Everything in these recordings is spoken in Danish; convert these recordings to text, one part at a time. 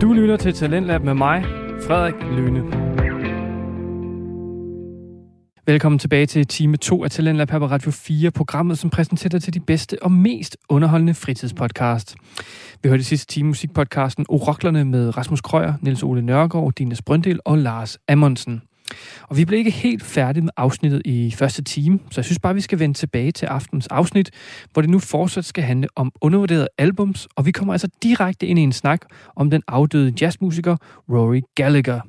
Du lytter til Talentlab med mig, Frederik Lyne. Velkommen tilbage til time 2 af Talentlab her på Radio 4, programmet, som præsenterer dig til de bedste og mest underholdende fritidspodcast. Vi hørte i sidste time musikpodcasten Oroklerne med Rasmus Krøyer, Niels Ole Nørgaard, Dina Brøndel og Lars Amundsen. Og vi blev ikke helt færdige med afsnittet i første time, så jeg synes bare, vi skal vende tilbage til aftens afsnit, hvor det nu fortsat skal handle om undervurderede albums, og vi kommer altså direkte ind i en snak om den afdøde jazzmusiker Rory Gallagher.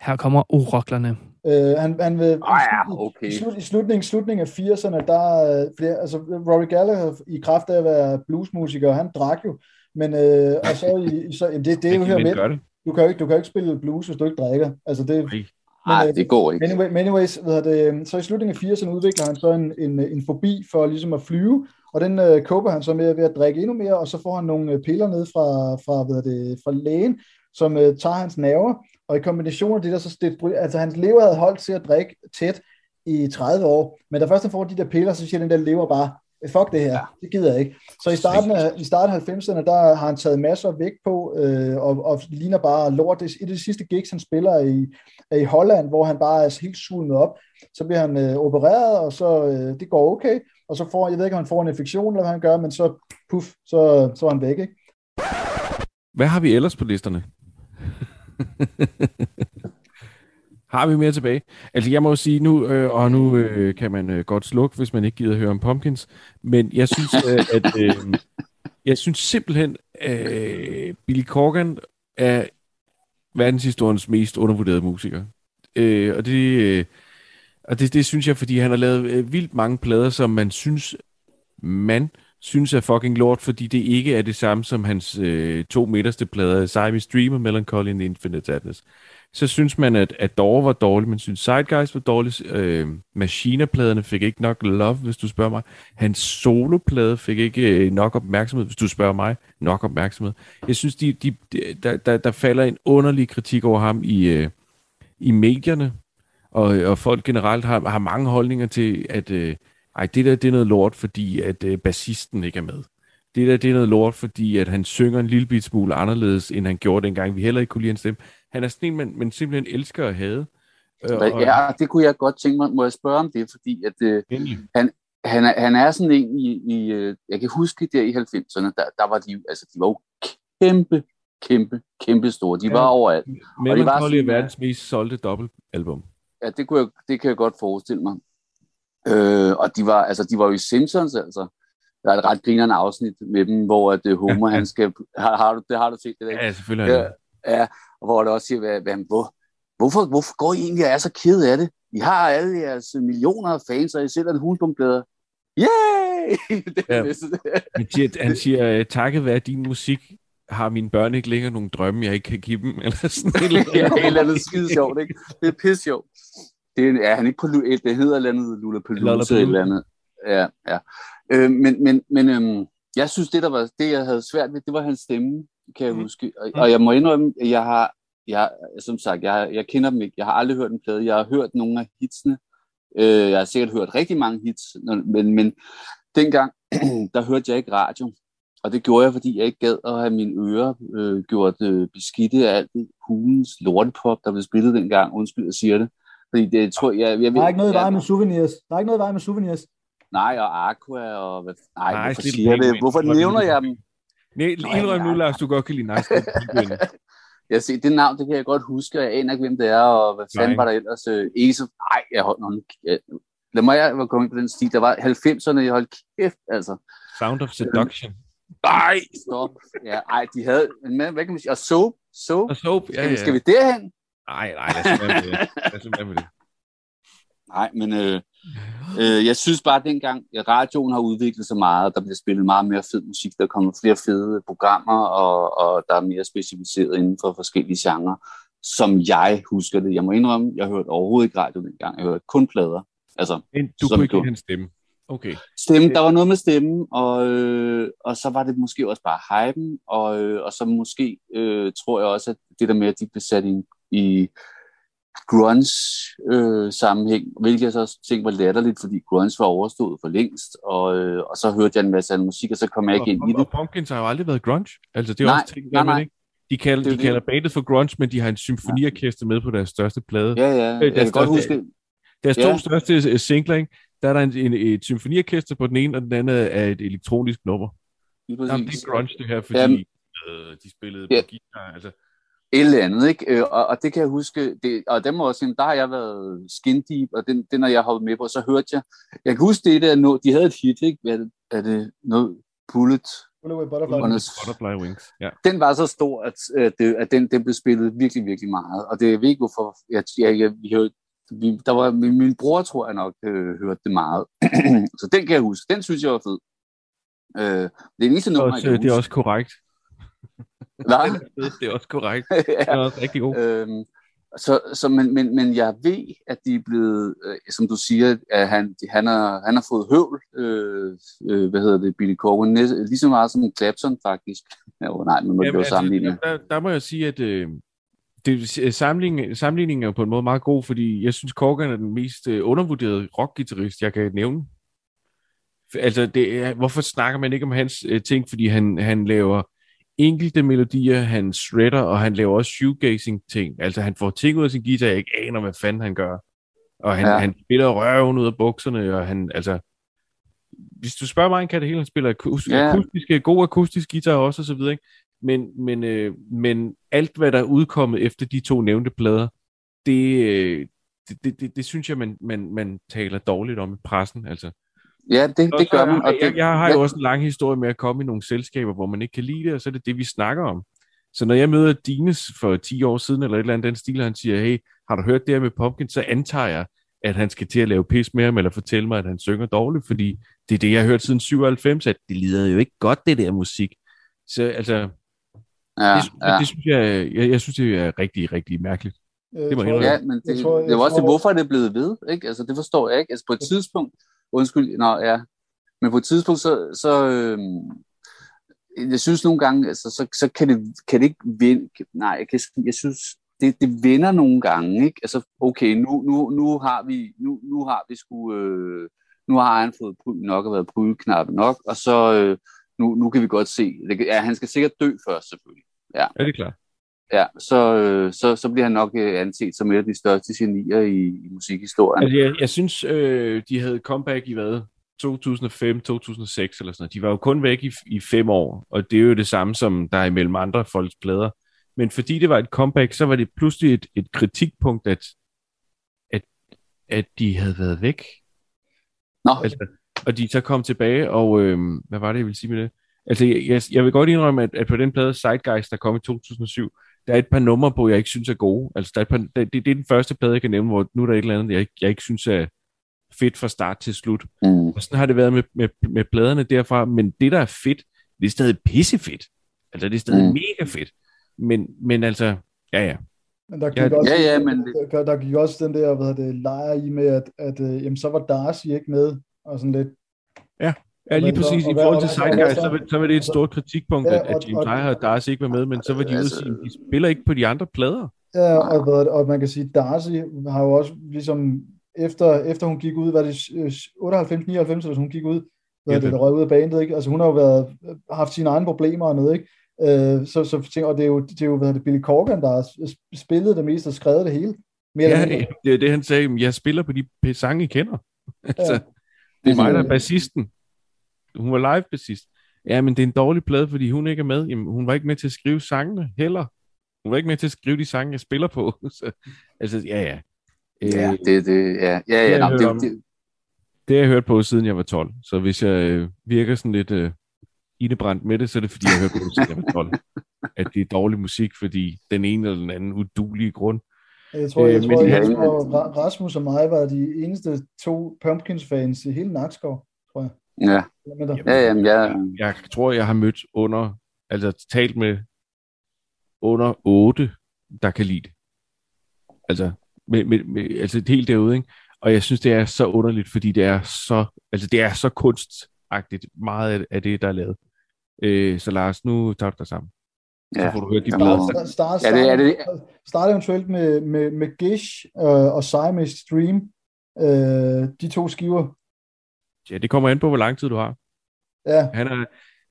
Her kommer Oroklerne. Øh, han, han ved, Ah, ja, okay. i, slut, I slutningen, slutningen af 80'erne, der øh, flere, altså Rory Gallagher i kraft af at være bluesmusiker, han drak jo, men øh, og så, i, i- så jamen, det, det er jo her kan med, gøre det. du kan jo ikke, du kan jo ikke spille blues, hvis du ikke drikker, altså det, Nej, Men, øh, det går ikke. anyway, men anyways, hvad hedder det, øhm, så i slutningen af 80'erne udvikler han så en, en, en fobi for ligesom at flyve, og den øh, kåber han så med ved at drikke endnu mere, og så får han nogle øh, piller ned fra, fra, hvad hedder det, fra lægen, som øh, tager hans nerver, og i kombination af det der, så destruerer, altså hans lever havde holdt til at drikke tæt i 30 år, men da først han får de der piller, så siger den der lever bare, "Eh, fuck det her, ja. det gider jeg ikke. Så i starten af, i starten af 90'erne, der har han taget masser af vægt på, øh, og, og ligner bare lort. Det, er et af de sidste gigs, han spiller i, er i Holland, hvor han bare er helt svulmet op. Så bliver han øh, opereret, og så øh, det går okay, og så får, jeg ved ikke, om han får en infektion, eller hvad han gør, men så puff, så, så er han væk, ikke? Hvad har vi ellers på listerne? har vi mere tilbage? Altså, jeg må jo sige nu, øh, og nu øh, kan man øh, godt slukke, hvis man ikke gider høre om pumpkins, men jeg synes, øh, at øh, jeg synes simpelthen, øh, Billy Corgan er verdenshistoriens mest undervurderede musiker. Øh, og det, øh, og det, det synes jeg, fordi han har lavet øh, vildt mange plader, som man synes, man synes er fucking lort, fordi det ikke er det samme som hans øh, to midterste plader, Siamese Dream og Melancholy and Infinite Sadness. Så synes man, at, at Dore var dårlig, man synes Sideguys var dårlig, øh, Machina-pladerne fik ikke nok love, hvis du spørger mig. Hans soloplade fik ikke øh, nok opmærksomhed, hvis du spørger mig. Nok opmærksomhed. Jeg synes, de, de, de, der, der, der falder en underlig kritik over ham i, øh, i medierne, og, og folk generelt har, har mange holdninger til, at øh, ej, det der det er noget lort, fordi at øh, bassisten ikke er med. Det der det er noget lort, fordi at han synger en lille bit smule anderledes, end han gjorde dengang. Vi heller ikke kunne lide hans stemme. Han er sådan en, man, man simpelthen elsker at have. Øh, Men, Ja, det kunne jeg godt tænke mig. Må jeg spørge om det? Fordi at, øh, endelig. han, er, han er sådan en i... i øh, jeg kan huske der i 90'erne, der, der var de, jo- altså, de var jo kæmpe, kæmpe, kæmpe store. De Ja. var overalt. Men man sådan, er at- verdens mest solgte dobbeltalbum. Ja, det, kunne jeg, det kan jeg godt forestille mig. Øh, og de var, altså, de var jo i Simpsons, altså. Der er et ret grinerende afsnit med dem, hvor at, øh, Homer, han skal... Har, har, du, det har du set det der, ikke? Ja, selvfølgelig. Ja. Ja. Øh, Ja, og hvor det også siger, hvad, hvad, hvor, hvorfor, hvorfor går I egentlig og er så ked af det? I har alle jeres millioner af fans, og I sælger en hulbumpblader. Yay! det er Ja. ja. næsten, Han siger, han siger øh, takket være din musik, har mine børn ikke længere nogle drømme, jeg ikke kan give dem, eller sådan et eller andet. ja, et eller andet skide sjovt, ikke? Det er pisse sjovt. Det er, er han ikke på Lu- det hedder et eller andet Lollapalooza Lollapalooza. et eller andet. Ja, ja. Øh, men men, men øhm, jeg synes, det, der var, det, jeg havde svært ved, det var hans stemme, kan jeg Mm. huske. Og, og jeg må indrømme, at jeg har, jeg, som sagt, jeg, har- jeg kender dem ikke. Jeg har aldrig hørt en plade. Jeg har hørt nogle af hitsene. Øh, jeg har sikkert hørt rigtig mange hits, når- men, men dengang, der hørte jeg ikke radio. Og det gjorde jeg, fordi jeg ikke gad at have mine ører øh, gjort øh, beskidte af alt det hulens lortepop, der blev spillet dengang. Undskyld, jeg siger det. Fordi det jeg tror jeg... jeg, jeg Der er ikke noget i jeg, vejen med souvenirs. Der er ikke noget i vejen med souvenirs. Nej, og Aqua og... Hvad, nej, Nej, nej, hvorfor Little siger jeg Big det? Man. Hvorfor Godt nævner lide jeg Little dem? Nej, Nej, indrøm nu, nej, Lars, du godt kan lide Nice Guys. Jeg ser, det navn, det kan jeg godt huske, og jeg aner ikke, hvem det er, og hvad fanden Nej. var der ellers? Øh, Ace of... Ej, jeg holdt nogen... Jeg, lad mig jeg var kommet på den sti. Der var 90'erne, jeg holdt kæft, altså. Sound of Seduction. Nej, stop. Ja, ej, de havde... Men, hvad kan man sige? Og Soap. Soap. Og Soap, ja, Skal, vi- ja. skal vi derhen? Nej, nej, lad os lade være med det. Lad os lade være med det. Nej, men øh, øh, jeg synes bare, at dengang at radioen har udviklet sig meget, der bliver spillet meget mere fed musik, der kommer flere fede programmer, og, og der er mere specificeret inden for forskellige genrer, som jeg husker det. Jeg må indrømme, jeg hørte overhovedet ikke radio dengang, jeg hørte kun plader. Altså, Men du Som kunne ikke du. lide hans stemme. Okay. stemme, der var noget med stemmen, og, øh, og så var det måske også bare hypen, og, øh, og så måske øh, tror jeg også, at det der med, at de blev sat i, i grunge-sammenhæng, hvilket jeg så tænkte var latterligt, fordi grunge var overstået for længst, og, øh, og så hørte jeg en masse andet musik, og så kom jeg ikke ind i Og, det. og Pumpkins har jo aldrig været grunge. Altså, det er Nej, også ting, der nej, man nej. ikke. De kalder, Det er jo de det. kalder bandet for grunge, men de har en symfoniorkester med på deres største plade. Ja, ja. Jeg det er kan godt godt. huske, Deres Ja. to største øh, singler, ikke? der er der en, en, et symfoniorkester på den ene, og den anden er et elektronisk nummer. lige Jamen, det præcis. er grunge, det her, fordi Jamen. øh, de spillede Ja. på guitar. Altså, Et eller andet, ikke? Øh, Og, og det kan jeg huske, det, og dem også, jamen, der har jeg været skin deep, og den, den har jeg hoppet med på, så hørte jeg, jeg kan huske det der, nå- de havde et hit, ikke? Hvad Er det, er det noget bullet? Bulletproof Butterfly. Under- Butterfly Wings. Ja. Den var så stor, at, at, det- at den, den blev spillet virkelig, virkelig meget, og det jeg ved ikke, hvorfor, jeg, jeg, jeg, vi hørte, vi, der var, min, min bror, tror jeg nok, øh, hørte det meget. så den kan jeg huske, den synes jeg var fed. Øh, det er den eneste nummer, jeg Også, kan det er huske. også korrekt. Nej, Det er også korrekt. ja. Det er også rigtig god. Øhm, så, så, men, men, men jeg ved, at de er blevet, øh, som du siger, at han, de, han, har, han har fået høvl, øh, øh, hvad hedder det, Billy Corgan, næ- lige så meget som Clapton faktisk. Ja, oh, nej, men man kan jo sammenligne. altså, der, der, der må jeg sige, at øh, det, øh, sammenligningen, sammenligningen er jo på en måde meget god, fordi jeg synes, Corgan er den mest øh, undervurderede rockgitarrist, jeg kan nævne. F- Altså, det er, hvorfor snakker man ikke om hans øh, ting? Fordi han, han laver enkelte melodier, han shredder, og han laver også shoegazing-ting. Altså, han får ting ud af sin guitar, jeg ikke aner, hvad fanden han gør. Og han, ja. Ja. han spiller røven ud af bukserne, og han, altså... Hvis du spørger mig, kan det hele, han spiller akus- Ja. ja. akustiske, god akustisk guitar også, og så videre, ikke? Men, men, øh, men alt, hvad der er udkommet efter de to nævnte plader, det, øh, det, det, det, det synes jeg, man, man, man taler dårligt om i pressen. Altså, Ja, det, det gør man. Og jeg, det, jeg har jo ja. også en lang historie med at komme i nogle selskaber, hvor man ikke kan lide det, og så er det det, vi snakker om. Så når jeg møder Dines for 10 år siden, eller et eller andet den stil, og han siger, hey, har du hørt det her med Pumpkin, så antager jeg, at han skal til at lave pis med ham, eller fortælle mig, at han synger dårligt, fordi det er det, jeg har hørt siden 97, at det lider jo ikke godt, det der musik. Så altså, ja, det, synes- ja. det synes jeg, jeg, jeg synes, det er rigtig, rigtig mærkeligt. Øh, det må tror jeg ja, men Jeg det, tror- jeg det var også tror- det, hvorfor er det blevet ved, ikke? Altså, det forstår jeg ikke. Altså, på et tidspunkt, undskyld, nå, ja, men på et tidspunkt, så, så øhm, jeg synes nogle gange, altså, så, så kan, det, kan det ikke vinde, nej, jeg, kan, jeg synes, det, det vender nogle gange, ikke? Altså, okay, nu, nu, nu har vi, nu, nu har vi sgu, øh, nu har han fået pryd nok og været prydeknappe nok, og så, øh, nu, nu kan vi godt se, det, kan- ja, han skal sikkert dø først, selvfølgelig. Er det klart? Ja, så, øh, så, så bliver han nok øh, anset som et af de største genier i, i musikhistorien. Altså, jeg, jeg synes, øh, de havde comeback i hvad? 2005, 2006 eller sådan noget. De var jo kun væk i, i fem år, og det er jo det samme, som der er imellem andre folks plader. Men fordi det var et comeback, så var det pludselig et, et kritikpunkt, at, at, at de havde været væk. Nå, Altså, og de så kom tilbage, og øh, hvad var det, jeg ville sige med det? Altså, jeg, jeg, jeg vil godt indrømme, at, at på den plade Sidegeist, der kom i 2007, der er et par numre på, jeg ikke synes er gode. Altså, der er et par, der, det, det er den første plade, jeg kan nævne, hvor nu er der et eller andet, jeg, ikke- jeg ikke synes er fedt fra start til slut. mm, Og sådan har det været med, med, med pladerne derfra, men det, der er fedt, det er stadig pissefedt. Altså, det er stadig Mm. mm. mega fedt. Men, men altså, ja ja. Men der gik, Ja, også, ja, ja, men det- der, der gik også den der, hvad hedder det, lejer i med, at, at øh, jamen, så var Darcy ikke med, og sådan lidt. Ja, øh, lige præcis. I forhold til Sidegeist, så, var- så var det et stort kritikpunkt, Ja, at, at og- James og- Iha og Darcy ikke var med, men så var de ude og Altså- sige, at de spiller ikke på de andre plader. Ja, og, hvad hedder det, og man kan sige, Darcy har jo også ligesom, efter, efter hun gik ud, var det øh, 98, 99, eller sådan, hun gik ud, hvad hedder det, der røg ud af bandet, ikke? Altså hun har jo været, haft sine egne problemer og noget, ikke? Øh, så, så tænker, og det er jo, det er jo hvad hedder det, Billy Corgan, der har s- spillet det meste og skrevet det hele. Mere eller mindre. Ja, det er det, han sagde. "Jamen, Jeg spiller på de p- sange, I kender. Altså, Ja. det er mig, der er Altså, bassisten. Hun var live bassist. Ja, men det er en dårlig plade, fordi hun ikke er med. Jamen, hun var ikke med til at skrive sangene heller. Hun var ikke med til at skrive de sange, jeg spiller på. Så, altså, ja, ja. Øh, ja, det, det, ja, ja, jeg ja, nå, hører om- det, det, Det har jeg hørt på, siden jeg var 12. Så hvis jeg øh, virker sådan lidt øh, indebrændt med det, så er det, fordi jeg har hørt på, det, siden jeg var 12. At det er dårlig musik, fordi den ene eller den anden udulige grund. Jeg tror, jeg, Øh, tror, men- jeg, jeg tror, Ra- Rasmus og mig var de eneste to Pumpkins-fans i hele Nakskov. ja, Eller med dig. ja, jamen, jeg, Jeg tror, jeg har mødt under, altså talt med under 8, der kan lide det. Altså, med, med, med, altså helt derude, ikke? Og jeg synes, det er så underligt, fordi det er så, altså det er så kunstagtigt meget af, af det, der er lavet. Øh, så Lars, nu tager du dig sammen. ja. Så får du hørt de Ja. blade. Start, altså, start, Ja, det- er det- start, start eventuelt med, med, med Gish øh, og Siamese Dream. Øh, de to skiver. Ja, det kommer an på, hvor lang tid du har. Ja, Han er,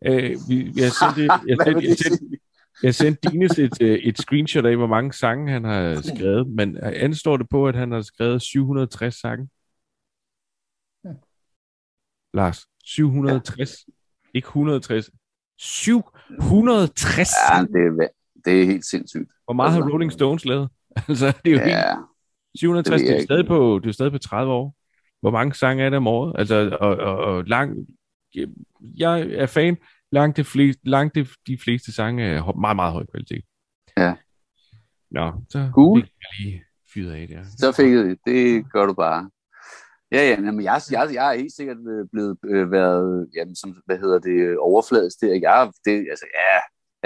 øh, vi, jeg sendte, jeg Hvad vil sendte, jeg det sendte, sige? Jeg sendte Dines et, øh, et screenshot af, hvor mange sange han har skrevet, men øh, anstår det på, at han har skrevet 760 sange. Ja. Lars, 760. Ikke 160. 760! Ja, det er, væ- det er helt sindssygt. Hvor meget har altså. Rolling Stones lavet? Altså, det er jo helt... Ja, 760, Det ved det jeg er, jo ikke. stadig på, det er jo stadig på 30 år. Hvor mange sange er der om året? Altså, og, og, og lang, jeg er fan. Langt de fleste, langt de, de fleste sange er hø- meget, meget høj kvalitet. Ja. Nå, så Cool. fik jeg lige fyret af der. så fik jeg det. Det gør du bare. Ja, ja, men jeg, jeg, jeg er helt sikkert øh, blevet øh, været, jamen, som, hvad hedder det, øh, overfladisk der. Jeg, er- det, altså, ja,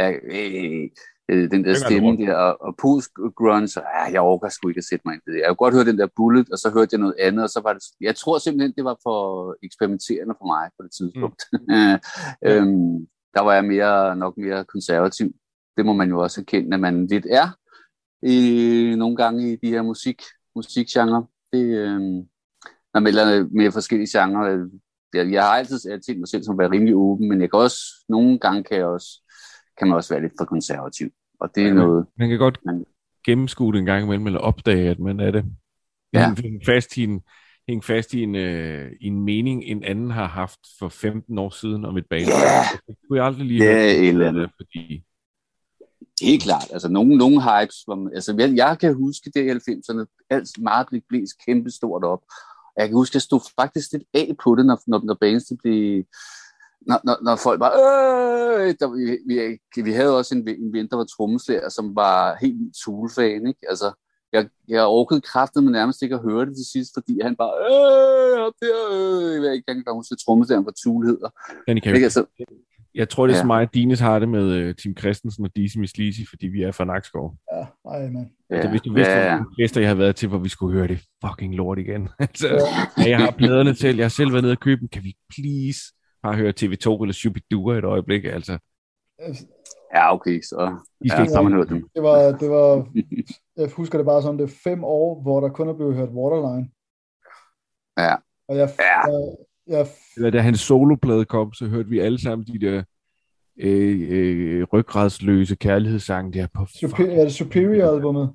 ja øh, øh, den der er lort. stemme der, og, og post grunge, og, ja, jeg overgår sgu ikke at sætte mig ind i det. Jeg kunne godt høre den der bullet, og så hørte jeg noget andet, og så var det, jeg tror simpelthen, det var for eksperimenterende for mig på det tidspunkt. Mm. øhm, der var jeg mere, nok mere konservativ. Det må man jo også erkende, at man lidt er i, nogle gange i de her musik, musikgenre. Det, øh, når man melder med forskellige genrer. øh, Jeg, jeg har altid øh, tænkt mig selv som at være rimelig åben, men jeg kan også, nogle gange kan, jeg også, kan man også være lidt for konservativ. Og det er Ja. noget, Man kan godt Man- gennemskue det en gang imellem, eller opdage, at man er det. Ja. Ja. Hænge fast i en, hænge fast i en, øh, i en mening, en anden har haft for 15 år siden om et band. Ja. Det kunne jeg aldrig lige Ja, høre, et eller andet. Fordi, Helt klart. Altså, nogle, nogle hypes. Hvor man, altså, jeg, jeg kan huske det i 90'erne. Alt meget blev blæst kæmpestort op. Og jeg kan huske, jeg stod faktisk lidt af på det, når, når, når bands de blev... Når, når, når folk var... Øh, der, vi, vi, vi havde også en, ven- en ven, der var trommeslager, som var helt vildt Tool-fan, ikke? Altså, jeg, jeg orkede kraften, men nærmest ikke at høre det til sidst, fordi han bare... Øh, og der, øh, jeg ved ikke engang, huske, hvad trommeslageren for Tool hedder. Danny, kan Ikke? Altså, Jeg tror, det er ja. Ja. så meget, at Dines har det med uh, Tim Christensen og Dizzy Miss Lizzy, fordi vi er fra Nakskov. Ja, nej, man. Ja. Så Altså, hvis du vidste, ja. hvor fester jeg har været til, hvor vi skulle høre det fucking lort igen. altså, ja. Jeg har pladerne selv, jeg har selv været nede og købe dem. Kan vi please bare høre TV2 eller Shubidua et øjeblik? Altså, Ja, okay, så I skal ja, ikke så har man hørt dem. Det var, det var, jeg husker det bare som det er fem år, hvor der kun er blevet hørt Waterline. Ja. Og jeg, Ja. jeg, jeg Eller da hans soloplade kom, så hørte vi alle sammen de der øh, øh, ryggradsløse kærlighedssange der på super, fuck. er det Superior-albummet?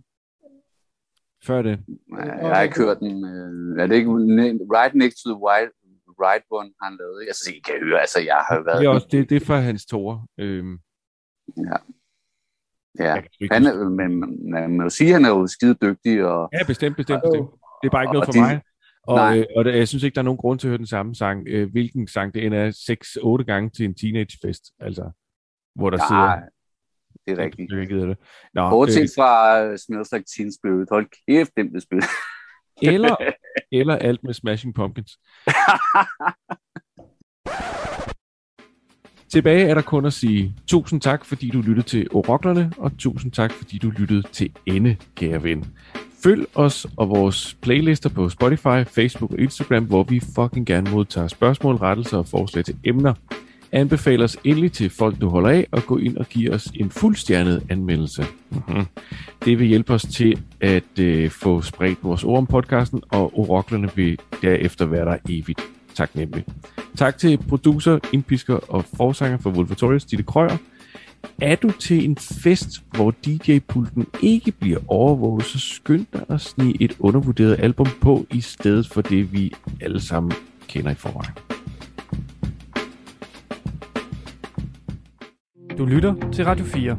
Før det. Ja, Jeg har ikke hørt den. øh, Er det ikke ne- Right Next to the Wild, Right One, har han lavet? ikke? Altså, I kan høre, altså, jeg har jo været... Det er, også, det, det er fra hans tore. Øhm, Ja. jeg kan ikke Han huske- er, men man må jo sige, at han er jo skide dygtig, og ja, bestemt, bestemt, Jo, bestemt. Det er bare ikke noget Og for det- mig. Og, Nej. øh, og der, jeg synes ikke, der er nogen grund til at høre den samme sang. Øh, hvilken sang det end er 6-8 gange til en teenagefest, altså, hvor der nej, sidder... det er rigtigt. Jeg gider det. Nå, øh, Bortset fra uh, Smells Like Teen Spirit. Hold kæft, den blev spillet. øh, eller, eller alt med Smashing Pumpkins. Tilbage er der kun at sige tusind tak, fordi du lyttede til Oroklerne, og tusind tak, fordi du lyttede til Ende, kære ven. Følg os og vores playlister på Spotify, Facebook og Instagram, hvor vi fucking gerne modtager spørgsmål, rettelser og forslag til emner. Anbefal os endelig til folk, du holder af, og gå ind og give os en fuldstjernet anmeldelse. Mm-hmm. Det vil hjælpe os til at øh, få spredt vores ord om podcasten, og oroklerne vil derefter være der evigt taknemmelig. Tak til producer, indpisker og forsanger for Wolfatorius, Ditte Krøyer. Er du til en fest, hvor DJ-pulten ikke bliver overvåget, så skynd dig at snige et undervurderet album på, i stedet for det, vi alle sammen kender i forvejen. Du lytter til Radio 4.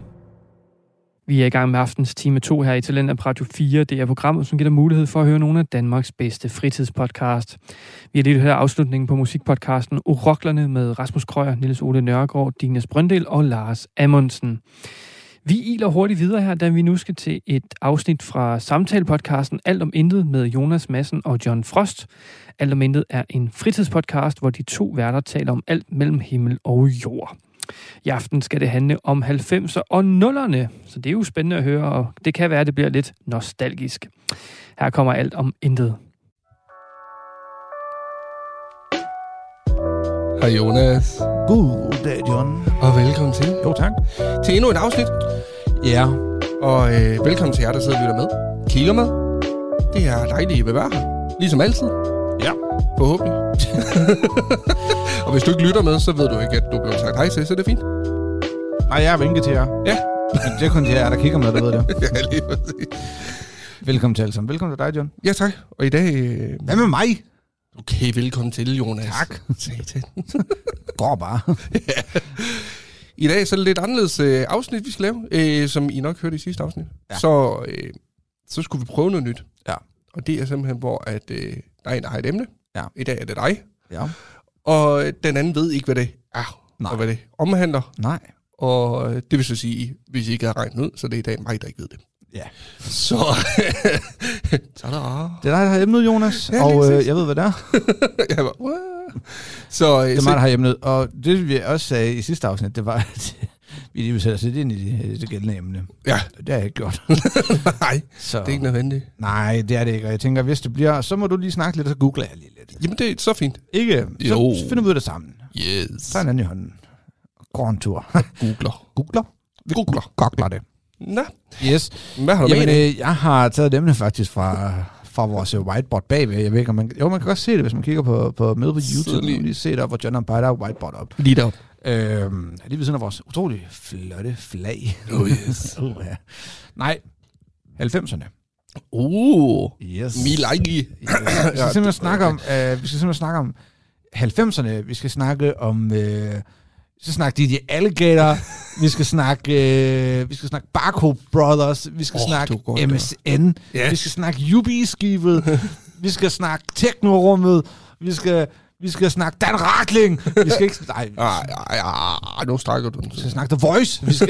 Vi er i gang med aftens time 2 her i Talent på Radio 4. Det er programmet, som giver dig mulighed for at høre nogle af Danmarks bedste fritidspodcast. Vi har lige hørt afslutningen på musikpodcasten Uroklerne med Rasmus Krøyer, Niels Ole Nørgaard, Dines Brøndel og Lars Amundsen. Vi iler hurtigt videre her, da vi nu skal til et afsnit fra samtalepodcasten Alt om Intet med Jonas Madsen og John Frost. Alt om Intet er en fritidspodcast, hvor de to værter taler om alt mellem himmel og jord. I aften skal det handle om 90'er og 0'erne, så det er jo spændende at høre, og det kan være, at det bliver lidt nostalgisk. Her kommer alt om intet. Hej Jonas, Goddag, John. og velkommen til. Jo, tak. Til endnu et afsnit. Ja, og øh, velkommen til jer, der sidder og lytter med. Kigger med. Det er dejligt at være her. Ligesom altid. Ja. Forhåbentlig. og hvis du ikke lytter med, så ved du ikke, at du er blevet sagt hej til, så det er fint. Nej, jeg har vinket til jer. Ja, Men det er kun jer, der kigger med, der ved det. ja, lige præcis. Velkommen til alle sammen. Velkommen til dig, John. Ja, tak. Og i dag... øh, Hvad med mig? Okay, velkommen til, Jonas. Tak. Satan. Går bare. I dag så er det lidt anderledes øh, afsnit, vi skal lave, øh, som I nok hørte i sidste afsnit. Ja. Ja. Så, øh, så skulle vi prøve noget nyt. Ja. Og det er simpelthen, hvor at, øh, der er en, der har et emne. Ja. I dag er det dig. Ja. Og øh, den anden ved ikke, hvad det er, Nej. og hvad det omhandler. Nej. Og øh, det vil så sige, hvis I ikke har regnet ud, så det er i dag mig, der ikke ved det. Ja. Så... Tada. Det er dig, der har emnet, Jonas. Ja, og lige øh, præcis. jeg ved, hvad det er. Jeg var, "What?" så, øh, Det er så mig, der har emnet. Og det, vi også sagde i sidste afsnit, det var, at vi lige vil sætte os lidt ind i det, det gældende emne. Ja. Det har jeg ikke gjort. nej, Så. det er ikke nødvendigt. Nej, det er det ikke. Og jeg tænker, hvis det bliver, så må du lige snakke lidt, og så googler jeg lige lidt. Jamen, det er så fint. Ikke? Så Jo. finder vi ud af det sammen. Yes. Så er en anden i hånden. Går en tur. Googler. Googler? Vi googler. Googler det. Nå, Yes. hvad har du Jamen, med i dag? øh, jeg har taget dem faktisk fra, fra vores øh, whiteboard bagved. Jeg ved ikke, om man, jo, man kan godt se det, hvis man kigger på, på møde på YouTube. Sådan lige. Lige. lige se det op, hvor John Ambiter whiteboard op. Lige derop. Øhm, lige ved siden af vores utrolig flotte flag. Oh yes. Uh, ja. Nej, 90'erne. Uh, Yes. me like it. Ja, vi skal simpelthen snakke om, øh, vi skal simpelthen snakke om 90'erne. Vi skal snakke om øh, vi skal snakke DJ Alligator. vi skal snakke øh, vi skal snakke Barco Brothers. Vi skal Åh, oh, snakke det var godt, MSN. Ja. Vi skal snakke UB-skibet. vi skal snakke teknorummet. Vi skal vi skal snakke Dan Rakling. Vi skal ikke nej, Ej, ej, ej, ah, nu strækker du den. vi skal snakke The Voice. Vi skal,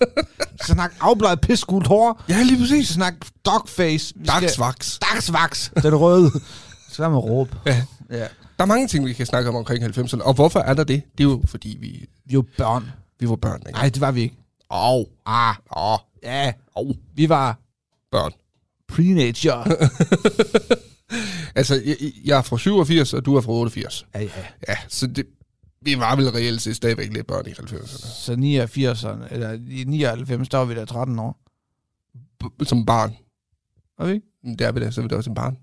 vi skal snakke afbleget pisgult hår. Ja, lige Vi præcis. skal snakke Dogface. Vi skal- Dagsvaks. Dagsvaks. Den røde. Så er man råb. Ja. Ja. Der er mange ting, vi kan snakke om omkring 90'erne. Og hvorfor er der det? Det er jo fordi, vi, Vi var børn. vi var børn, ikke? Nej, det var vi ikke. Au, Ah, au, ja. au, Vi var børn. pre-nature. Altså, jeg, jeg er fra 87, og du er fra 88. ja, ja. Ja, så det, vi var vel reelt set stadigvæk lidt børn i 90'erne. Så 89'erne, eller i 99, der var vi da 13 år. B- Som barn. Var vi ikke? Men Det er vi da, så er vi da også som barn.